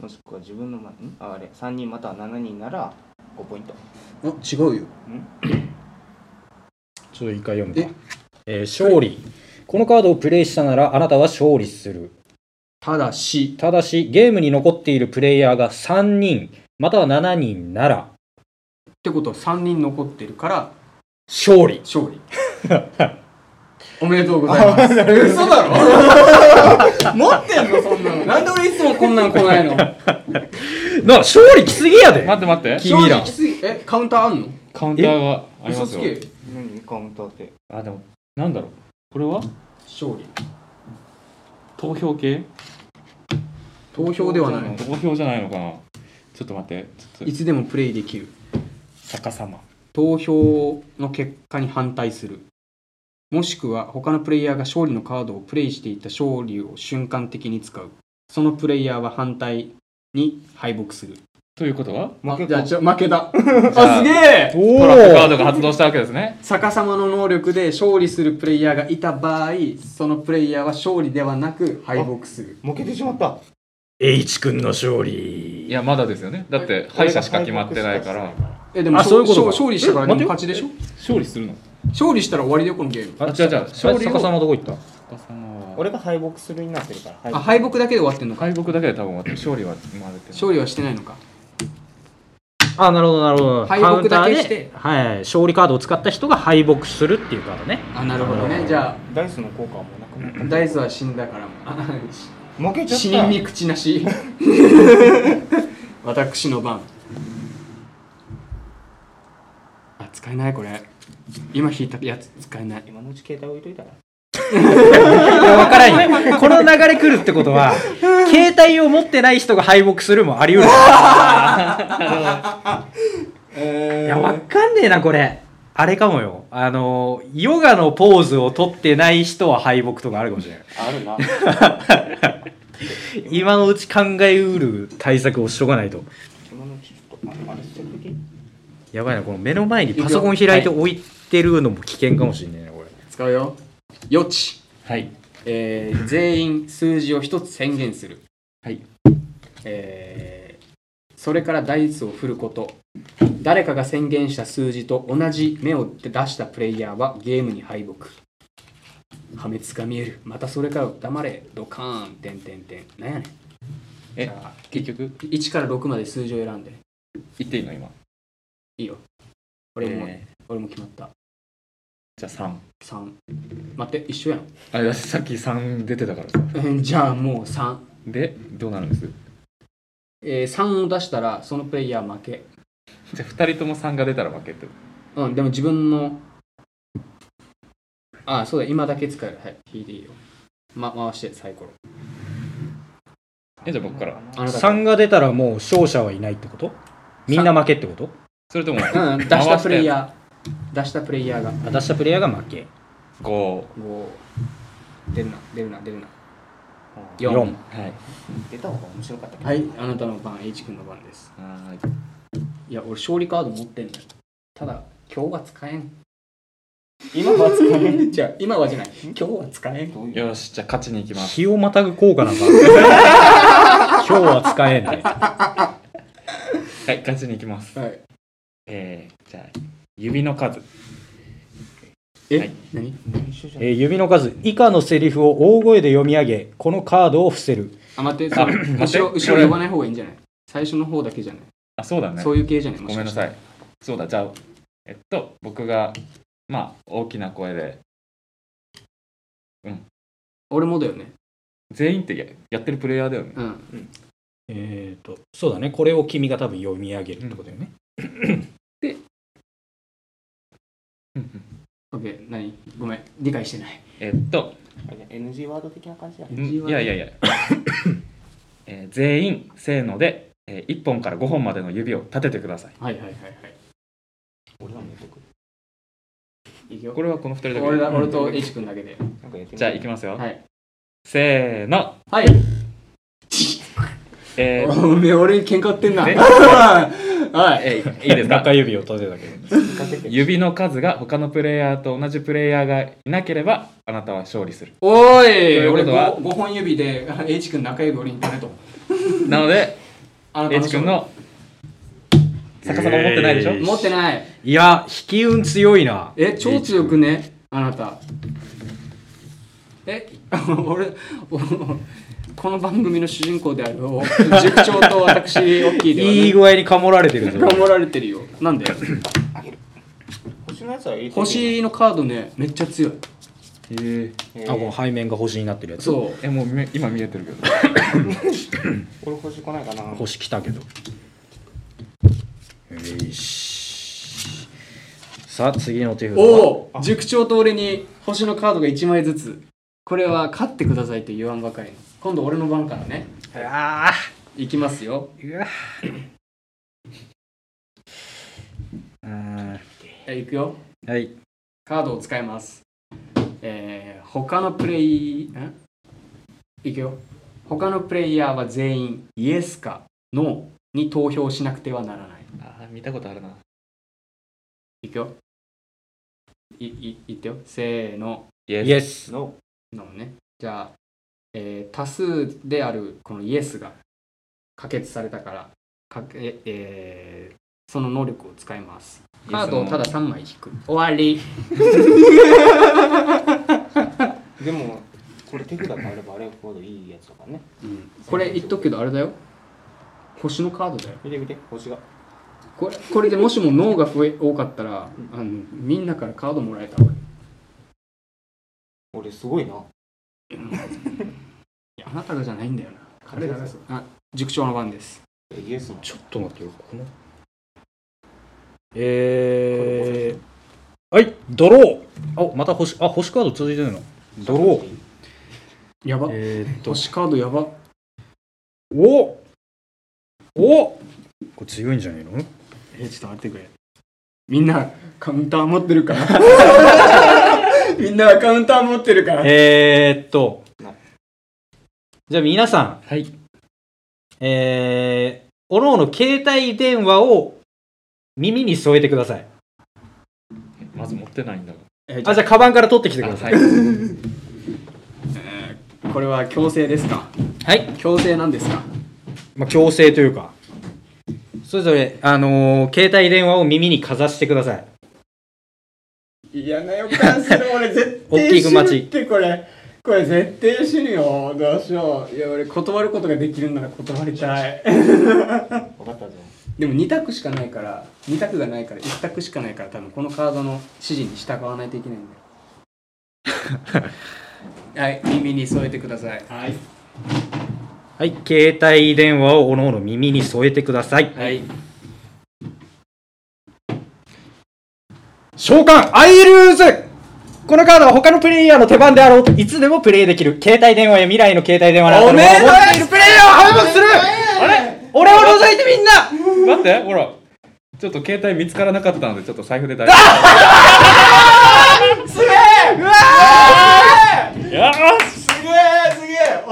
D: もしくは自分の前んああれ3人または7人なら5ポイント
B: あ違うよ
A: ちょっと一回読むかえー勝利このカードをプレイしたならあなたは勝利する
B: ただした
A: だしゲームに残っているプレイヤーが3人または7人なら
B: ってことは3人残ってるから
A: 勝利
B: 勝利おめでとうございます。嘘だろ 持ってんのそんなの。なんで俺いつもこんなん来ないの
A: な勝利来すぎやで
C: 待って待って
A: 君ら
B: 正直すぎえ、カウンターあんの
C: カウンターがありま
B: 嘘
C: す
B: つ
C: よ
B: け。
D: 何カウンターって
C: あでもなんだろうこれは
B: 勝利。
C: 投票系
B: 投票ではない。
C: 投票じゃないのかなちょっと待ってちょっ
B: いつでもプレイできる。
C: と逆さま
B: 投票の結果に反対する。もしくは他のプレイヤーが勝利のカードをプレイしていた勝利を瞬間的に使う。そのプレイヤーは反対に敗北する。
C: ということは
B: あ
D: 負け
B: じゃ
D: か
B: あちょ負けだ。
C: ゃあ
B: あ、すげえ
A: お
C: トラップカー
A: お
C: ドが発動したわけですね
B: 逆さまの能力で勝利するプレイヤーがいた場合そのプレイヤーは勝利ではなく敗北する
D: 負けてしまった
A: 英一君の勝
C: い
A: 利
C: やまだですよねだって敗者しか決まってないから
B: えでも
A: あそういうことか
B: 勝勝利したから
A: え
B: でも
A: 待
B: 勝ちでしょ
C: 勝利するの
B: 勝利したら終わりでこのゲーム
C: あじゃあじゃあ勝利を
A: 逆さまどこ行った
C: 逆さまは
D: 俺が敗北するになってるから
B: あ敗北だけで終わってんのか
C: 敗北だけで多分終わってる勝利は生まれてる
B: 勝利はしてないのか
A: あなるほどなるほど
B: 敗北だけして
A: カウンターではい、勝利カードを使った人が敗北するっていうカードね
B: あなるほどねじゃ
D: ダイスの効果はもうなくなっ
B: あダイスは死んだからも あした
D: 負けちゃった
B: 死人に口なし 私の番あ使えないこれ今引いたやつ使えない
D: 今のうち携帯置いといたら
A: いや分からんよこの流れ来るってことは携帯を持ってない人が敗北するもあり得るいや分かんねえなこれあれかもよあのヨガのポーズを取ってない人は敗北とかあるかもしれない
D: あるな
A: 今のうち考えうる対策をしとかないと
D: 今のうちちょっとああれしてくれ
A: やばいなこの目の前にパソコン開いて置いてるのも危険かもしんねえなこれ
B: 使うよ予知
C: はい
B: えー全員数字を一つ宣言する、
C: はい
B: えーそれからダイスを振ること誰かが宣言した数字と同じ目を出したプレイヤーはゲームに敗北破滅が見えるまたそれから黙れドカーンてんてんてんなんやねん
C: え結局
B: 1から6まで数字を選んで
C: 言っていいの今
B: いいよ俺も、
C: え
B: 俺も決まった
C: ーじゃあ
B: 3待って一緒やん
C: 3あだってさっき3出てたからさ
B: えー じゃあもう3
C: でどうなるんです
B: えー、3を出したらそのプレイヤー負け
C: じゃあ2人とも3が出たら負けってこ
B: うん、でも自分の。あそうだ、今だけ使える。はい、引いていいよ。ま、回して、サイコロ。
C: とえじゃあ僕から
B: あなた
A: 3が出たらもう勝者はいないってことみんな負けってこと
C: それとも
B: うん、出したプレイヤー。出したプレイヤーが。
A: あ出したプレイヤーが負け
C: 5
B: 5。出るな、出るな、出るな。
A: 4
B: 4。
C: はい
D: 出た方が面白かったけど
B: はい、あなたの番、H 君の番です。
C: あー
B: いや、俺、勝利カード持ってんだよ。ただ、今日は使えん。
D: 今は使えん
B: じゃあ、今はじゃない。今日は使えん。
D: どういう
C: よしじゃあ勝ちに行きます
A: 日をまたぐ効果なんか今日は使えんね
C: はい勝ちに行きます
B: はい。
C: えー、じゃあ指の数
B: え、
C: はい
B: 何
D: 一緒じゃん
A: えー指の数以下のセリフを大声で読み上げこのカードを伏せる
B: あ、待って、
C: あ
B: それ
C: 待って
B: 後ろ、後ろ呼ばない方がいいんじゃない最初の方だけじゃない。
C: あそうだね
B: そういう系じゃない。も
C: ご
B: し
C: めん
B: かし
C: な
B: た
C: さ
B: ら
C: い。そうだ、じゃあ、えっと、僕が、まあ、大きな声で、
B: 俺もだよね。
C: 全員ってややってるプレイヤーだよね。
B: うん。
A: えっ、とそうだねこれを君が多分読み上げるってことよね、
B: オッケー、何ごめん、理解してない。
C: えっと、
D: あれ NG ワード的な感じだね
C: うんいやいや いや、えー全員、せーので、え1本から5本までの指を立ててください。
B: はいはいはい
D: 俺らもやってくる
B: はい。いくよ。
C: これはこの2人だけで
B: 俺ら、
C: うん
B: 俺と H 君だけで。
D: なんかやってみる
C: じゃあ、いきますよ。
B: はい。
C: せーの、
B: はい。
C: えー
B: おめえ、俺に喧嘩売ってんな。
C: ね
B: はい。
C: えーいいですか
A: 中指を立てたけど
D: 立てて
C: 指の数が他のプレイヤーと同じプレイヤーがいなければあなたは勝利する
B: おい、
C: いうこ
B: 俺
C: とは
B: 5, 五本指で H 君中指俺に止めと。
C: なので
B: あなた
C: H 君の逆さま持ってないでしょ、
A: えー
B: 持ってない。
A: いや引き運強いな
B: え、超強くね、あなた。え、 俺、おこの番組の主人公であるお塾長と 私、オッキーでは、ね。
A: いい具合にかもられてるぞ
B: 頑張られてるよ。なんで
D: 星のやつは入れてる
B: 星のカードねめっちゃ強い
A: えー
D: え
A: あこの
D: ー、
A: 背面が星になってるやつ
B: そう
C: えもうめ今見えてるけど
D: 俺星来ないかな
A: 星来たけどよしさあ次の手札は
B: おお塾長と俺に星のカードが1枚ずつこれは勝ってくださいと言わんばかりの今度俺の番からね
A: うわ
B: いきますよ
A: ーうわー
B: はいいくよ
A: うんはい
B: カードを使いますえー、他のプレイんいくよ他のプレイヤーは全員イエスかノーに投票しなくてはならない
C: あー見たことあるない
B: くよいいいってよせーの
C: イエ
A: イエス
D: の
B: のねじゃあ、えー多数であるこのイエスが可決されたからかけ、えーその能力を使います
C: イエス
B: カ
C: の
B: ードをただ3枚引く終わり
D: でもこれ手札があればあれほどいいやつとかね
B: これ言っとくけどあれだよ星のカードだよ
D: 見て見て星が
B: これ これでもしも脳が増え多かったらあのみんなからカードもらえたわ
D: 俺すごいな
B: あなたがじゃないんだよな彼らがそうあ塾長の番です
D: イエスの
A: ちょっと待ってよこのえー、はいドローあまた星あ星カード続いてるのドロー
B: やば
A: えー、っと
B: 星カードやば
A: おおこれ強いんじゃないの
B: えーちょっと待ってくれみんなカウンター持ってるから みんなカウンター持ってるから
A: えー、っと
D: はい。
A: じゃあ皆さん。
C: はい。
A: えー、おのおの携帯電話を耳に添えてください。
C: まず持ってないんだが
B: えーじゃ
A: あ、じゃあカバンから取ってきてくだ
C: あ
A: さ。
C: はいい
B: あこれは強制ですか
A: はい。
B: 強制なんですか
A: まあ、強制というか。それぞれ、あのー携帯電話を耳にかざしてください。
B: 嫌な予感する俺絶
A: 大きい熊地
B: てこれこれ絶対死ぬよどうしよういや俺断ることができるんなら断りたい
D: 分かったぞ
B: でも2択しかないから2択がないから1択しかないから多分このカードの指示に従わないといけないん だよはい耳に添えてください
H: はい
A: はい。携帯電話をおのおの耳に添えてください。
B: はい
A: 召喚アイルーズこのカードは他のプレイヤーの手番であろうといつでもプレイできる携帯電話や未来の携帯電話などの持っているプレイヤーを敗北するあれ俺を除いてみんな
C: 待ってほらちょっと携帯見つからなかったのでちょっと財布で大丈夫すげえうわーよし
H: すげえすげえ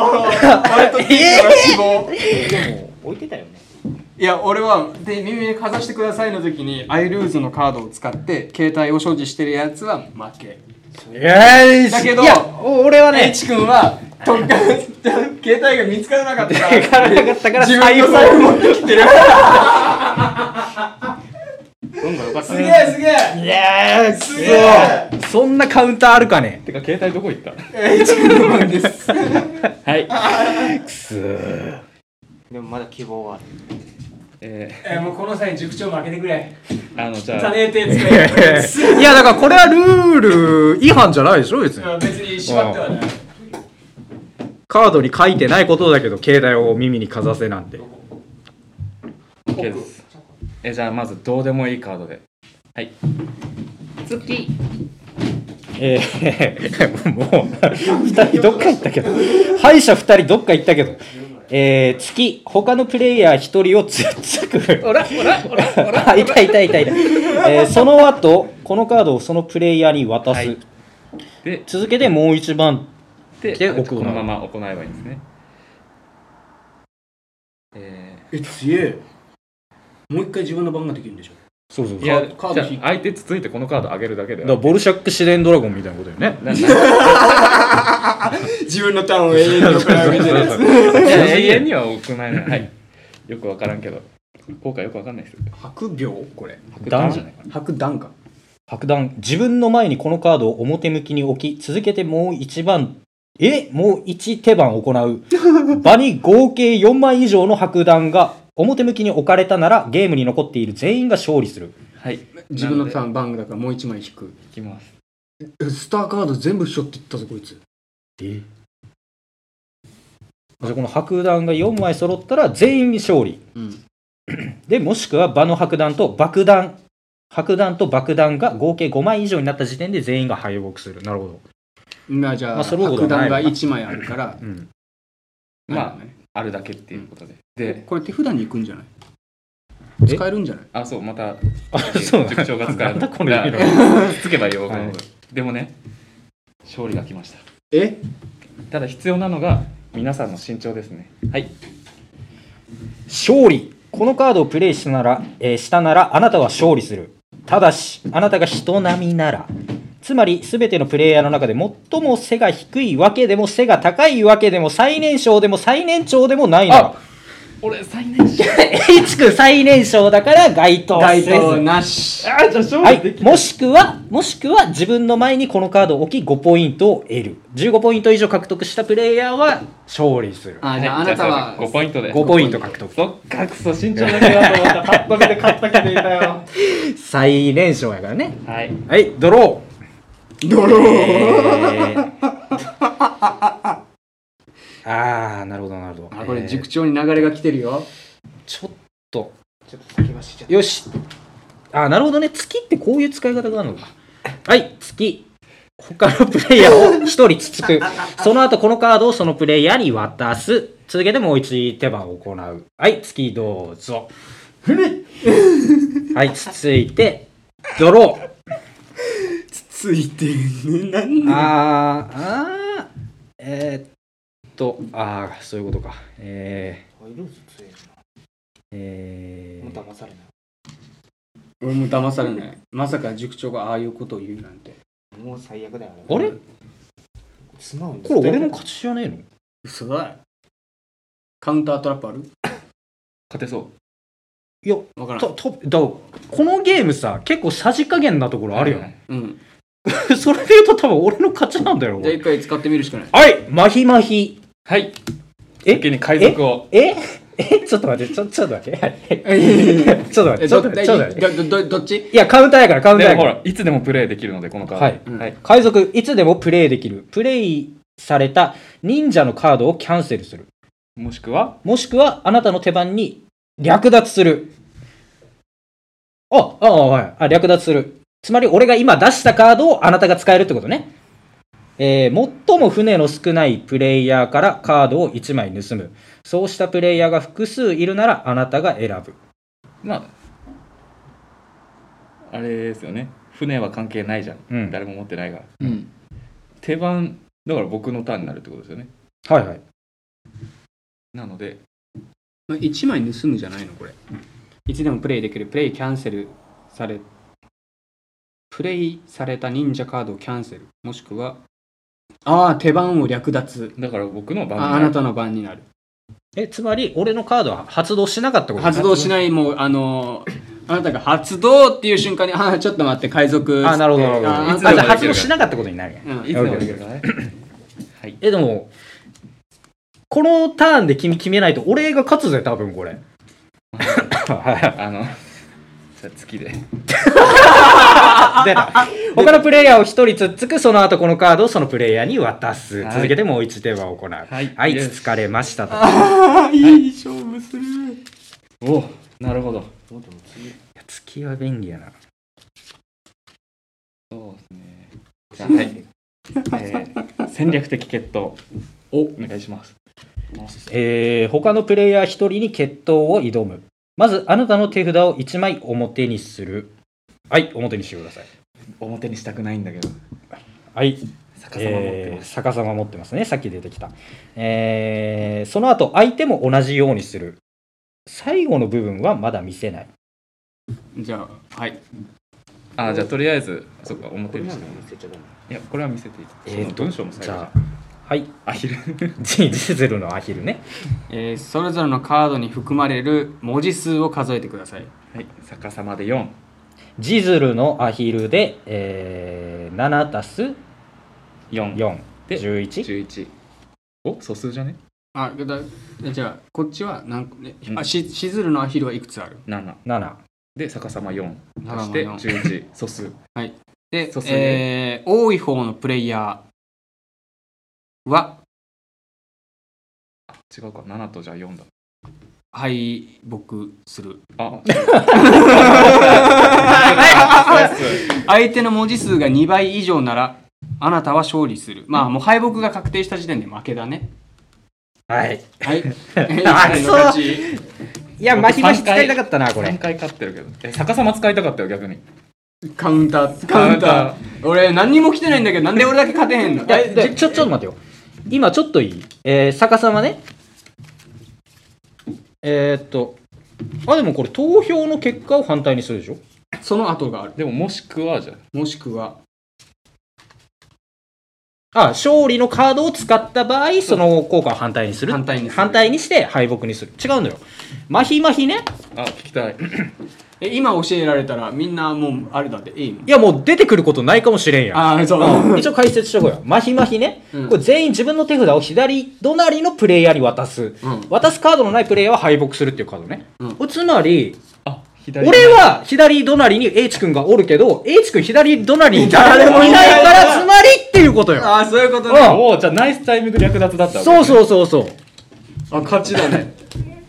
H: 俺と
A: え
H: 死亡
D: でも置いてたよね
B: いや俺はで耳にかざしてくださいの時にアイルーズのカードを使って携帯を所持してるやつは負け
A: よし
B: だけど
A: いやお俺はね
B: H 君はとっか 携帯が見つからなかったから
A: 分からなかったから
B: 自
A: 財
B: 分
A: 布
B: の
A: を
B: 財布持ってきてる
D: 運が良かった
H: すげえすげえ
A: いやーく
H: げえ
A: そそんなカウンターあるかね
C: てか携帯どこ行った
B: H 君の番です
C: はい
A: くすー
D: でもまだ希望はある
C: え
B: えもうこの際塾長負けてくれ
C: ー、あのじゃあ
B: え手
A: いやだからこれはルール違反じゃないでしょ別に
B: 別に
A: 縛ってはいカードに書いてないことだけど携帯を耳にかざせなんて
C: OK ですえじゃあまずどうでもいいカードではい月
A: え ー、もう、2人どっか行ったけど、敗者2人どっか行ったけど、えー、月、他のプレイヤー1人をつっつく。おらおらおらおらいたいたいたいた。えーその後、このカードをそのプレイヤーに渡す。
C: はいで
A: 続けてもう一番、
C: で
A: で
C: こ
A: 奥を
C: のまま行えばいいんですねえ
B: え強えもう一回自分の番ができるんでしょ
A: そうそう
C: ー、
A: そ。
C: いうや
B: カード
C: じゃあ相手つついてこのカードあげるだけで
A: だからボルシャック・シデンドラゴンみたいなことよね。
C: なな
B: 自分のターンを永遠に送られてる
C: いや永遠には行えないはいよくわからんけど効果よくわかんないです
B: 白秒これ
C: 白弾じゃないか
B: 白弾か
A: 白弾自分の前にこのカードを表向きに置き続けてもう一番えもう一手番行 う場に合計4枚以上の白弾が表向きに置かれたならゲームに残っている全員が勝利する、
C: はい
B: 自分のター
C: ン
B: ン番組だからもう1枚引く
C: いきます
B: えスターカード全部しょっていったぞこいつ
A: えじゃあこの白弾が4枚揃ったら全員勝利
B: うん
A: でもしくは場の白弾と爆弾白弾と爆弾が合計5枚以上になった時点で全員が敗北するなるほど、
B: まあじゃ
A: ま
B: あ
A: あそれほどは
B: 爆
A: ない
B: 弾が1枚あるから
A: うん、
C: ま
B: あ
C: ああるだけっていうことで、
B: で
C: で
B: これ手札に行くんじゃない
A: え
B: 使えるんじゃない
C: あそうまた
A: あ
C: そう塾長が使
A: なん
C: う
A: だこの色
C: つけばよ、
A: はい
C: でもね勝利が来ました
B: え
C: ただ必要なのが皆さんの身長ですねはい
A: 勝利このカードをプレイしたなら、えーしたならあなたは勝利するただしあなたが人並みならつまり全てのプレイヤーの中で最も背が低いわけでも背が高いわけでも最年少でも最年長でもないなら
C: 俺最年少
A: H 君最年少だから該当せず
B: なし
C: あーじゃあ勝
A: は
C: 利で
A: い、
C: き
A: もしくは、もしくは自分の前にこのカードを置き5ポイントを得る。15ポイント以上獲得したプレイヤーは勝利する。
B: あじゃああ
C: はい
B: なた
C: じゃあ
B: は
C: 5ポイントで
A: 5ポイント獲得。
C: そっかくそ身長だけだと思ったパッと見て買ったけどいたよ
A: 最年少やからね。
C: はい
A: はい、ドロ
B: ドロ
A: ー。
B: ー
A: えーあー、なるほど、なるほど。
B: あこ
A: え
B: れ
A: ー
B: 塾長に流れが来てるよ
A: ちょっと、
D: ちょっと先走っちゃった
A: よし。あー、なるほどね。月ってこういう使い方があるのか。はい、月。他のプレイヤーを1人つつ く。その後このカードをそのプレイヤーに渡す。続けてもう一手番を行う。はい、月どう ぞ。はい、つついて、ドロー。
B: ついてねなん
A: あー、あー、えーっと、あー、そういうことか。え
D: あ色つ強
A: ー、
D: い
A: え
D: な
A: ー、
D: もう騙されない
B: 俺も騙されないまさか塾長がああいうことを言うなんて
D: もう最悪だよね
A: あれ
D: 素直に
A: これ俺の勝ちじゃねえの
B: 嘘だいカウンタートラップある
C: 勝てそう
A: いや、
B: わから
A: と
B: ん、
A: と、だ、このゲームさ、結構さじ加減なところあるよね。
B: うん、
A: それで言うと多分俺の勝ちなんだよ、
B: じゃあ
A: 俺
B: 一回使ってみるしかない
A: はい、マヒマヒ。
C: はい
A: え
C: 先に海賊を
A: え えちょっと待って、ちょ、ちょっと待って。 はい
B: え
A: ちょっと待って、ちょっと待って、ちょっと待って。
B: どどどどっち
A: いや、カウンターやから、カウンター
C: で
A: や
C: も
A: か
C: ほ
A: ら。
C: らいつでもプレイできるのでこのカード
A: はい
B: うん
C: はい、
A: 海賊、いつでもプレイできる。プレイされた忍者のカードをキャンセルする。
C: もしくは
A: もしくは、あなたの手番に略奪する。あ、あ、はい。あ、略奪する。つまり、俺が今出したカードをあなたが使えるってことね。えー最も船の少ないプレイヤーからカードを1枚盗む。そうしたプレイヤーが複数いるなら、あなたが選ぶ。
C: まああれですよね船は関係ないじゃん、
A: うん
C: 誰も持ってないから
B: うん
C: 手番だから僕のターンになるってことですよね
A: はいはい。
C: なので
B: 1枚盗むじゃないのこれいつでもプレイできるプレイキャンセルされプレイされた忍者カードをキャンセルもしくはああ手番を略奪
C: だから僕の番
B: ああなたの番になる
A: え、つまり、俺のカードは発動しなかったこと
B: 発動しないもうあのーあなたが発動っていう瞬間にああちょっと待って海賊
A: あ、なるほど、なるほど。
B: あ
A: あ
B: いつ
A: じ
B: で
A: ゃあ
B: もできるから
A: 発動しなかったことになるやん。
B: うん
C: いつでもできるからね
A: え、でも、このターンで君決めないと、俺が勝つぜ、多分これ。はい
C: あのじゃあ月で
A: 出た他のプレイヤーを1人つっつく、その後このカードをそのプレイヤーに渡す。
C: はい
A: 続けてもう一手は行う。はいはい、
C: イエ
A: つ
C: ス
A: つかれましたと。
B: ああいい勝負する
C: おなるほど
D: もうでも次
A: 月は便利やな。
C: そうですねじゃあはい、えー戦略的決闘をお願いします
A: えー他のプレイヤー1人に決闘を挑む。まず、あなたの手札を1枚表にする。はい、表にしてください。
C: 表にしたくないんだけど
A: はい、
C: 逆さま持って
A: え
C: ま
A: ー
C: す、
A: 逆さま持ってますねさっき出てきた、えーその後相手も同じようにする最後の部分はまだ見せない
B: じゃあはい
C: あじゃあとりあえずそっか表にした
D: 見せちゃダメ
C: いやこれは見せていい、
A: え
C: そ
A: ー
C: の
A: と
C: 文章も最
A: じ
C: 後じゃ
A: ゃ
C: ん
A: あはい
C: アヒル
A: ジジゼルのアヒルね
B: えーそれぞれのカードに含まれる文字数を数えてください
C: はい逆さまで4
A: ジズルのアヒルで、えー7たす
C: 4
A: 4
C: で
A: 11?
C: 11お素数じゃね
B: あだじゃあこっちは何個、ね
C: うん
B: あししずるのアヒルはいくつある
C: 7
A: 7
C: で逆さま4
B: 長
C: 足し
B: 野
C: て
B: の
C: 11素数
B: で
C: そう、っすね
B: えー多い方のプレイヤーは
C: 違うか7とじゃあ4だ
B: 敗北する
C: あ
B: 相手の文字数が2倍以上ならあなたは勝利するまあもう敗北が確定した時点で負けだね
A: はい
B: はい
A: あ
B: 一番の勝ち
A: いやマシマシ使いたかったなこれ
C: 3回勝ってるけどえ逆さま使いたかったよ逆に
B: カウンターカウン
C: カウン
B: ター俺何にも来てないんだけどなんで俺だけ勝てへんの
A: いやでちょちょっと待ってよ今ちょっといいえー、逆さまねえー、っとあでもこれ投票の結果を反対にするでしょ
B: その後がある
C: でももしくはじゃ
B: もしくは
A: あ勝利のカードを使った場合その効果を反対にする
B: 反対にする
A: 反対にして敗北にする違うんだよマヒマヒね
C: ああ聞きたい
B: え今教えられたらみんなもうあれだっていいもん
A: いやもう出てくることないかもしれんやん
B: ああそう
A: うん一応解説しとこうよマヒマヒね、
B: うん
A: これ全員自分の手札を左隣のプレイヤーに渡す、
B: うん
A: 渡すカードのないプレイヤーは敗北するっていうカードね、
B: う
A: つまり
C: あ左
A: 俺は左隣に H 君がおるけど H 君左隣に誰もいないからつまりっていうことよ
B: ああそういうこと
A: う
B: ね
A: ん
C: おおじゃあナイスタイミング略奪だったわけ
A: そうそうそうそう
B: あ勝ちだね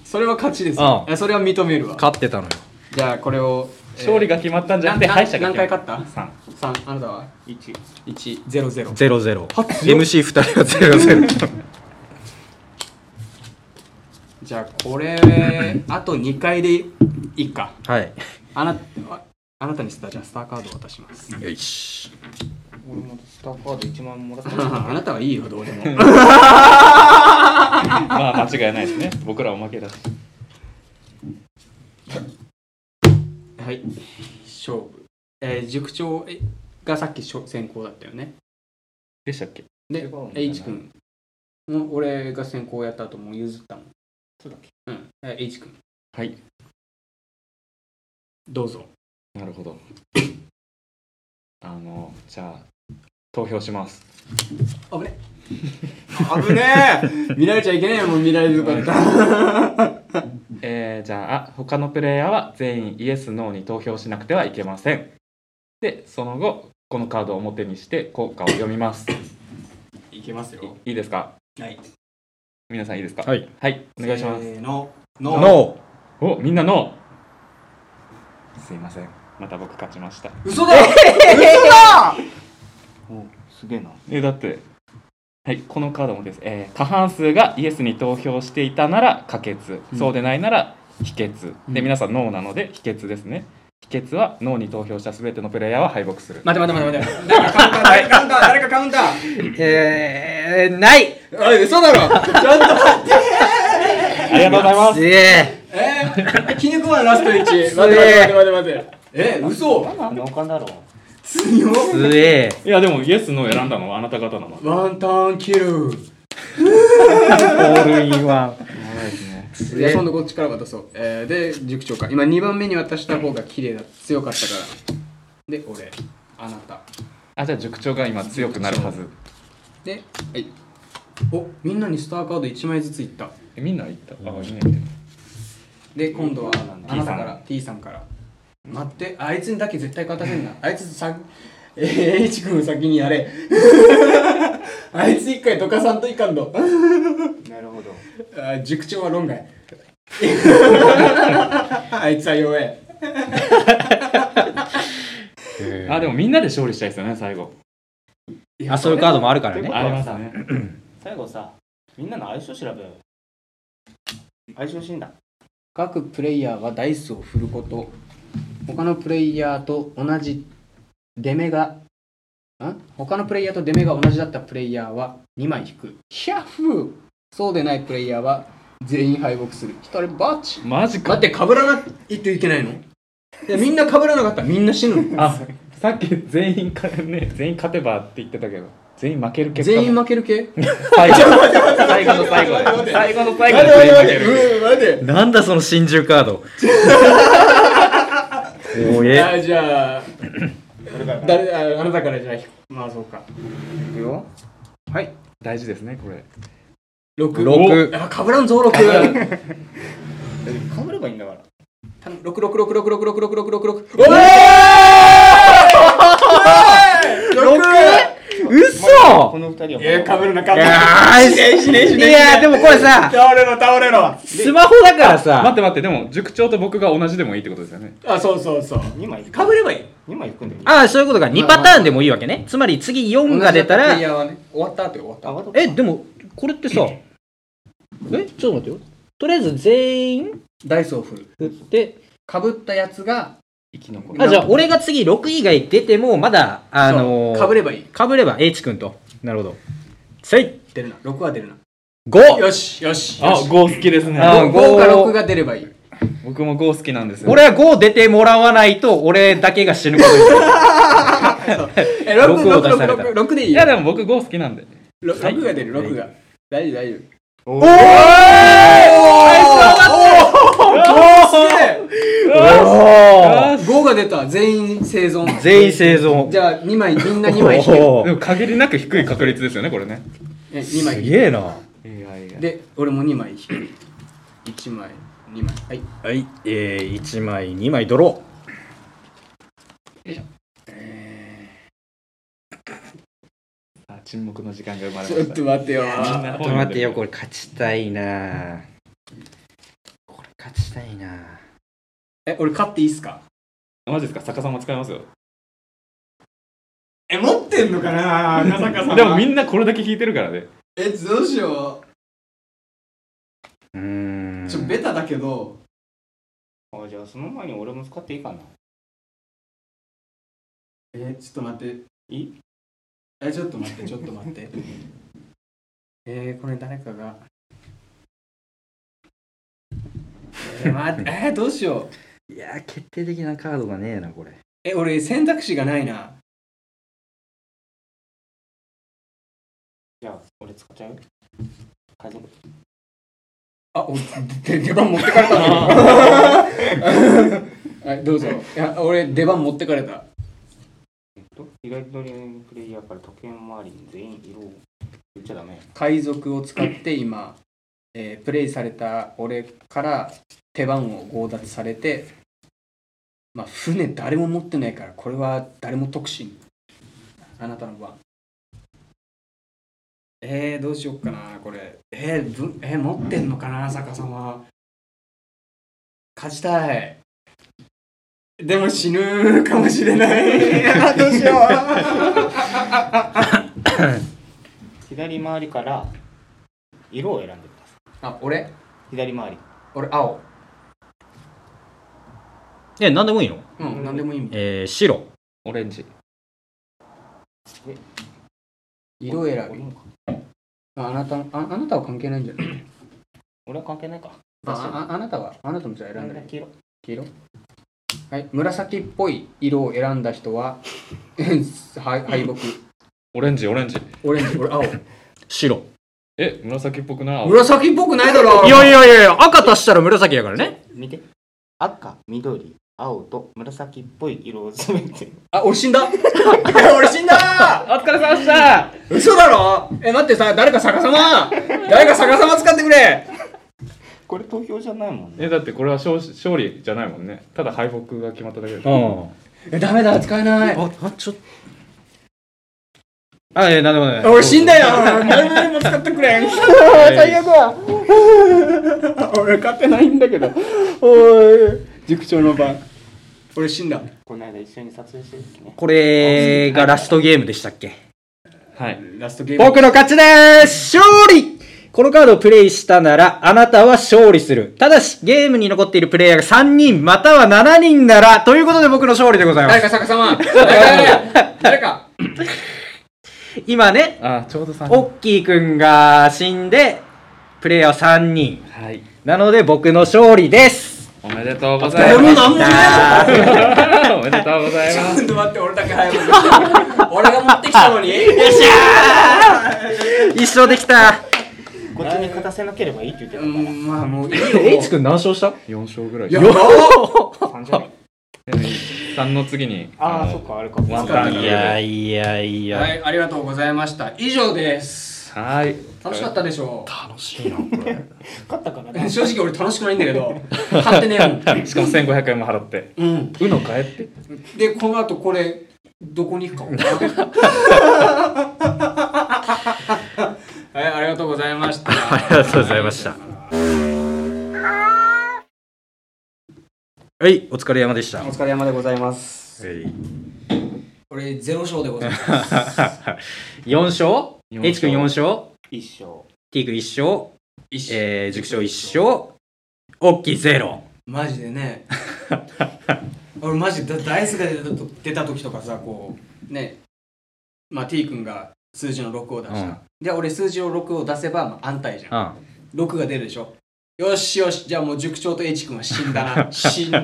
B: それは勝ちです
A: あ
B: よいやそれは認めるわ
A: 勝ってたのよ
B: じゃあこれを、えー
C: 勝利が決まったんじゃなくて
B: なな
C: 敗者が
B: 何
C: 決ま
B: 回勝っ
C: 3
B: 3あなたは
D: 一。
B: 100
A: 00 MC2 人は00
B: じゃあこれあと2回でいいか
A: はい
B: あなああなたにスタじゃあスターカードを渡します
A: よいし
D: 俺もスタッフカード1万円もらった。
B: あなたはいいよどうで も
C: まあ間違いないですね僕らおまけだし
B: はい勝負えー、塾長えがさっきしょ先行だったよね
C: でしたっけ
B: で
D: 違うんだな
B: H 君もう俺が先行やった後もう譲ったもん
D: そうだっけ
B: うんえ H 君
C: はい
B: どうぞ
C: なるほどあのじゃあ投票します
B: 危ね
D: 危 ね
B: 見られちゃいけないよもう見られるとかった
C: えーじゃあ他のプレイヤーは全員イエス・ノーに投票しなくてはいけませんでその後このカードを表にして効果を読みますい
B: いけますよ
C: いいですか
B: はい
C: 皆さんいいですか
A: はい
C: はいお願いします
B: せーの
A: ノー
B: の
C: おみんなノーすいませんまた僕勝ちました
B: 嘘だよ
D: え。おすげえな。
C: えだってはいこのカードもです、えー過半数がイエスに投票していたなら可決、そうでないなら否決で皆さんノーなので否決ですね否決はノーに投票した全てのプレイヤーは敗北する
B: 待て待て待て待て。誰かカウンター、誰かカウンター、誰かカウンター。
A: えー、ない
B: あれ、嘘だろ。ちゃんと待って。
C: ありがとうございます
A: すげえ
B: えー、絹熊のラスト1。待
A: 待
B: て
A: て
B: 待て待て待て。え、嘘。
D: 何のお金だろう。
B: 強
A: すげえ
C: いやでもイエスの選んだのはあなた方なの。
B: ワンタンキル。
A: オールインワン
B: いや、今度こっちから渡そう。えー、で、塾長か。今2番目に渡した方が綺麗だ、強かったから。で、俺、あなた。
C: あじゃあ塾長が今強くなるはず。
B: で、はい。お、みんなにスターカード1枚ずついった。
C: えみんな言った。あみんな言っ
B: で、今度は
D: T さん
B: あなたから T さんから。待って、あいつにだけ絶対勝たせんな。あいつさ、えー、H 君先にやれ。 あいつ一回どかさんといかんど。
D: なるほど。
B: あー塾長は論外。 あいつは弱え。
C: てる。あでもみんなで勝利したいですよね最後。
A: あそういうカードもあるからね
D: で
C: ありますね。
D: 最後さ、みんなの相性調べようよ。相性診断。
B: 各プレイヤーはダイスを振ること。他のプレイヤーと同じ出目が、ん他のプレイヤーと出目が同じだったプレイヤーは2枚引く。ヒャッフーそうでないプレイヤーは全員敗北する。一人バッチ
C: マジか。
B: 待って、被らないといけないのいや、みんな被らなかったらみんな死ぬ の。
C: あさっき全員かね全員勝てばって言ってたけど全員負ける結果。
B: 全員負ける系
C: 最後 最後の最後で最後の最後で全員負ける。
B: うん、待て。
A: なんだその真珠カー ドおえ
B: あじゃあ誰ああなたからじゃあまあそうか
D: いくよ。
B: はい
C: 大事ですねこれ。
B: 六
A: 六
B: あかぶらんぞ六
D: かぶればいいんだから。
B: 頼む六六六六六六六六六六。
D: こ
A: 嘘
D: の二人はもう
I: えかぶるなか
A: い
I: ぶる
A: や
I: な
A: ーいやーでもこれさ
I: 倒れろ倒れろ
A: スマホだから
C: 待っ
A: さ
C: て待ってでも塾長と僕が同じでもいいってことですよね
I: あそうそうそう
D: 二枚いく
I: かぶればいい
D: 二枚いくんだよ。
A: ああそういうことか2パターンでもいいわけねつまり次4が出たら
B: いやね、終わった後よ終わった
D: あ、わかった
A: えでもこれってさえちょっと待ってよとりあえず全員
B: ダイスを振る。
A: 振って
B: かぶったやつが、
C: 生き残る
A: あじゃあ俺が次6以外出てもまだあのー、
B: かぶればいい。
A: かぶれば H 君となるほどせい
B: 出るな。6は出るな。
A: 5
B: よし、よし。
C: あ5好きですね
A: あ
B: 5
A: 五
B: か6が出ればいい。
C: 僕も5好きなんですよ
A: 俺は5出てもらわないと俺だけが死ぬことになる
B: え、6、
A: 六を
B: 6、
A: 出された
B: 6、6でいい
C: い
B: よ
C: や。でも僕5好きなんで
B: ろ6が出る、6が。大丈夫、大丈
A: おーお
C: あ
B: 夫。5が出た。全員生存。
A: お全員生存
B: じゃあ、2枚、みんな2枚引けよ。
A: お
C: で
A: ー
C: も限りなく低い確率ですよねこれね
B: え、2枚
A: す
B: 引け
A: げえない
C: やいや
B: で、俺も2枚引ける。1枚、2枚。はい。
A: はいえー、1枚2枚ドロ
C: あ沈黙の時間が生まれ
B: ち
C: ま
B: ょっ
C: した
B: と待ってよ。
C: みんな
A: ーちょっと待ってよこれ勝ちたいなこれ勝ちたいな
B: え、俺勝っていいっすか
C: マジですか逆さま使いますよ
I: え持ってんのかな赤坂さん
C: でもみんなこれだけ弾いてるからね
I: えどうしよ
A: うーん
I: うちょベタだけど
D: あ、じゃあその前に俺も使っていいかな。
I: えちょっと待って
D: いい
I: えちょっと待ってちょっと待 って
B: えー、これ誰かが。えー、待 って、えー、どうしよう。
A: いやー決定的なカードがねえなこれ
B: え、俺選択肢がないな。
D: じゃあ、俺使っちゃう家族。
B: あ、お、で出番持ってか れたな。 はい、どうぞ。いや、俺出番持ってかれた。
D: えっと、左取りのプレイヤーから時計回りに全員色を言っちゃダメ。
B: 海賊を使って今、えープレイされた俺から手番を強奪されて、まあ、船誰も持ってないから、これは誰も得しん。あなたの番。
I: えー、どうしよっかなこれえー、ぶえー持ってんのかな坂様勝ちたいでも死ぬかもしれないあ どうしよ
D: 左回りから色を選んでくださ
B: あ、俺
D: い。左回り。
B: 俺青。
A: え何でもいいの
B: うん、なんでもいいみたい。
A: えー、白
C: オレンジ
B: 色選び。
D: 俺もか
B: ああなた、ああなたは関係ないんじゃない
D: 俺は関係ないか。
B: あああなたは、あなたもじゃあ選んだらいい
D: 黄色。
B: 黄色はい、紫っぽい色を選んだ人は、はい敗北。
C: オレンジオレンジ
B: オレンジ、俺青。
A: 白
C: え紫っぽくない 青
B: 紫っぽくないだろ
A: いやいやいやいや赤足したら紫やからね
D: 見て。赤、緑、青と紫っぽい色を詰めて。
B: あ、俺死んだ俺死んだ
C: お疲れ様でした
B: 嘘だろえ、待ってさ、誰か逆さま誰か逆さま使ってくれ
D: これ投票じゃないもんね。
C: えだってこれは勝勝利じゃないもんねただ敗北が決まっただけで
A: う
C: す
A: ん
B: え、ダメだ、使え ない。
A: ああちょっとあいやなんでもない
B: 俺死んだよ誰も使ってくれ
A: 最悪
B: 俺勝てないんだけど。おい、塾長の番。俺死んだ。
D: この間一緒に撮影してる時ね。
A: これがラストゲームでしたっけ
C: はい
B: ラストゲーム。
A: 僕の勝ちです勝利このカードをプレイしたなら、あなたは勝利する。ただし、ゲームに残っているプレイヤーが3人、または7人なら、ということで僕の勝利でございま
B: 誰
A: す。
B: か逆さま誰か誰か
A: 今ね、
C: あちょうど3
A: オッキーくんが死んで、プレイヤーは3人。
C: はい
A: なので僕の勝利です。
C: おめでとうございます
B: もなんもね
C: おめでとうございます
B: ちょっと待って、俺だけ早く。 俺が持ってきた のに。
A: 一生でき た。
D: こっちに勝たせなければいいって言って
B: う
D: るか
B: ん、まあもういいよ。
A: H くん何勝した
C: 4勝ぐらい
B: や
C: で
B: ば
D: ら。三じゃない
C: 3の次に
D: あ
C: の
D: あ、そっか、あれか。
C: ワンタン
A: いやいやいや。
B: はい、ありがとうございました。以上です。
C: はい
B: 楽しかったでしょ
A: 楽しいなこれ
D: 勝ったから
B: う 正直俺楽しくないんだけど買ってねえ
C: しかも1500円も払って
B: もん、うん、
C: うの買えって
B: でこの後これどこに行くか分からないはいありがとうございましたあ
A: ありがとうございましたはいお疲れ山でした
D: お疲れ様でございます
A: はい
B: 俺ゼロ勝でございます
A: 4勝
C: 四勝
A: H 君4勝
D: 一生
A: T 君1勝えー、塾長1勝おっきいゼロ
B: マジでね俺マジだダイスが出たと出た時とかさこうねまあ T 君が数字の6を出した、
A: うん
B: で俺数字を6を出せば、まあ、安泰じゃん
A: うん
B: 6が出るでしょよしよしじゃあもう塾長と H 君は死んだな死んも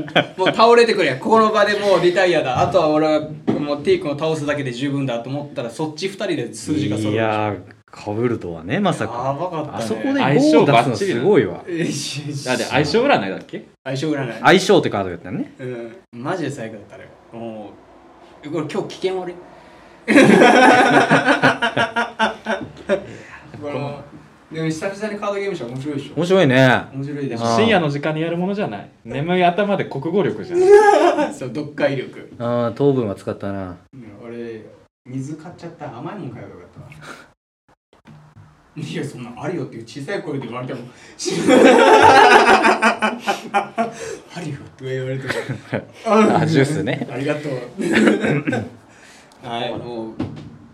B: う倒れてくれここの場でもうリタイアだあとは俺はもう T 君を倒すだけで十分だと思ったらそっち2人で数字が揃う
A: いやーかぶるとはねまさ
B: や
A: か
B: ばかった、ね、
A: あそこで
C: 相
A: 5
C: 性
A: を出
C: バ
A: す
C: ッ
A: の
C: チリだ
A: すごいわ
B: えしし
C: だって相性占いだっけ
B: 相性占い
A: 相性ってカードやったよね
B: うんマジで最悪だったねもうこれ今日危険俺このでも久々にカードゲームしたら面白いでしょ
A: 面白いね
B: 面白いでし
A: あ
B: ょ
A: ー
C: 深夜の時間にやるものじゃない眠い頭で国語力じゃない
B: そう読解力、
A: ああ糖分は使ったな
B: うん、俺水買っちゃった甘いもん買えばよかったわいやそんなあるよっていう小さい声で言われてもあるよって言われても
A: あジュースね
B: ありがとう。はい、もう、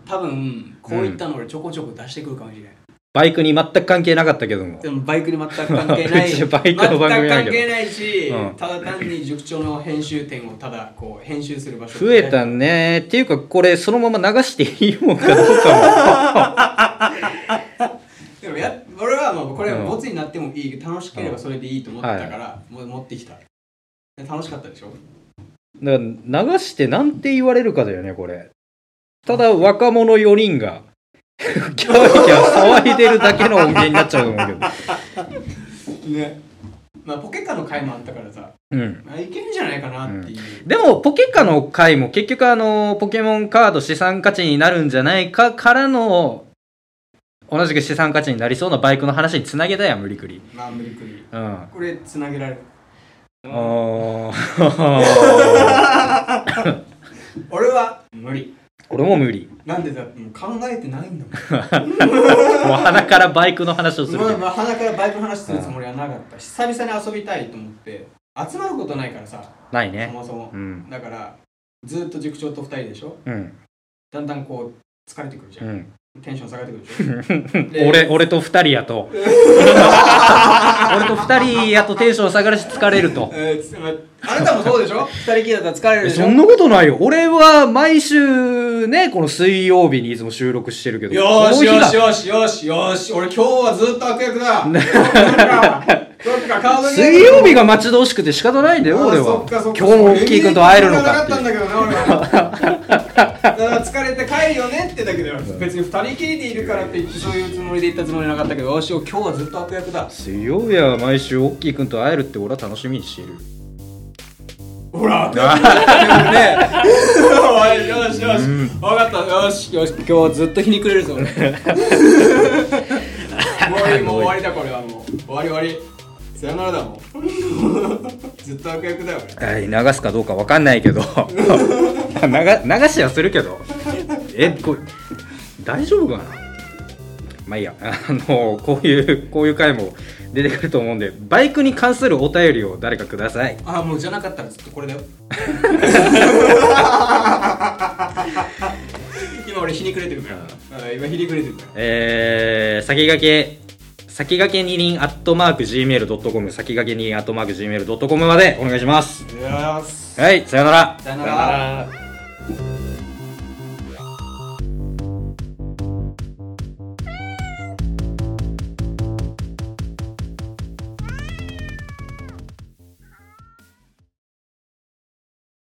B: 多分こういったの俺ちょこちょこ出してくるかもしれない。
A: バイクに全く関係なかったけども
B: でもバイクに全く関係ない。
A: 別に バイクの番組
B: 全く
A: なん
B: 関
A: だけど
B: 係ないし、
A: うん
B: ただ単に塾長の編集点をただこう編集する場所、
A: 増えた。ねっていうかこれそのまま流していいもんか どうか
B: でもや、俺はまあこれ
A: うん
B: ボツになってもいい、楽しければそれでいいと思ったから、もう持ってきた。で楽しかったでしょ
A: もだから流してなんて言われるかだよねこれただ若者4人がキャーキャー騒いでるだけの音源になっちゃうと思うけど
B: ね。まあポケカの回もあったからさ、
A: うん
B: まあ、いけるんじゃないかなっていう。
A: でも、ポケカの回も結局あの、ポケモンカード資産価値になるんじゃないかからの、同じく資産価値になりそうなバイクの話につなげたやん、無理くり。
B: まあ無理くり。
A: うん。あ
B: これつなげられる。
A: ー
B: 俺は無理。
A: 俺も無理。
B: なんでだってもう考えてないんだも
A: もう鼻からバイクの話をする
B: ん。ま
A: け
B: あ
A: ど。
B: まあ、鼻からバイクの話するつもりはなかった。久々に遊びたいと思って、集まることないからさ、
A: ない
B: そ
A: ね。
B: もそも
A: う。ん。
B: だから、ずっと塾長と二人でしょ
A: うん。
B: だんだんこう、疲れてくるじゃ。
A: うんん。。
B: テンション下がってくるでし ょ
A: 俺、俺と二人や と。俺と二人やとテンション下がるし疲れる と。
B: えーつま あなたもそうでしょ二人きりだったら疲れる
A: え
B: でしょ
A: そんなことないよ。俺は毎週ね、この水曜日にいつも収録してるけど。
B: よーしよーしよーしよーしよーし俺今日はずっと悪役だそっかカードゲーム
A: 水曜日が待ち遠しくて仕方ないんだよ、
B: あー
A: 俺
B: そ
A: は
B: っ。かそ
A: 今日
B: っか
A: も大きい君と会えるのかって
B: 俺
A: いう。
B: 連絡がなかったん だけどな俺はだから疲れて帰るよねってだけだよ別に二人きりでいるからって言ってそういうつもりで行ったつもりなかったけどよし今日はずっと悪役だ
A: 水曜日は毎週大きい君と会えるって俺は楽しみにしている。
B: ほら 悪役だねおいよしよし分かったよしよし今日はずっとひにくれ るぞ俺もういいもう終わりだこれはもう終わり終わりさよならだもう ずっと悪役だよ俺
A: はい、流すかどうかわかんないけど。流 流しはするけど。え、これ、大丈夫かなまあいいや、 あの、こういう、こういう回も出てくると思うんで、バイクに関するお便りを誰かください。
B: ああもうじゃなかったらずっとこれ だよ今俺ひにくれてるから、あ今ひにくれてるから
A: えー、先駆け、先駆け二輪アットマーク Gmail.com、先駆け二輪アットマーク Gmail.com までお願いします。
B: いやーす
A: はい、さよなら。
B: さよなら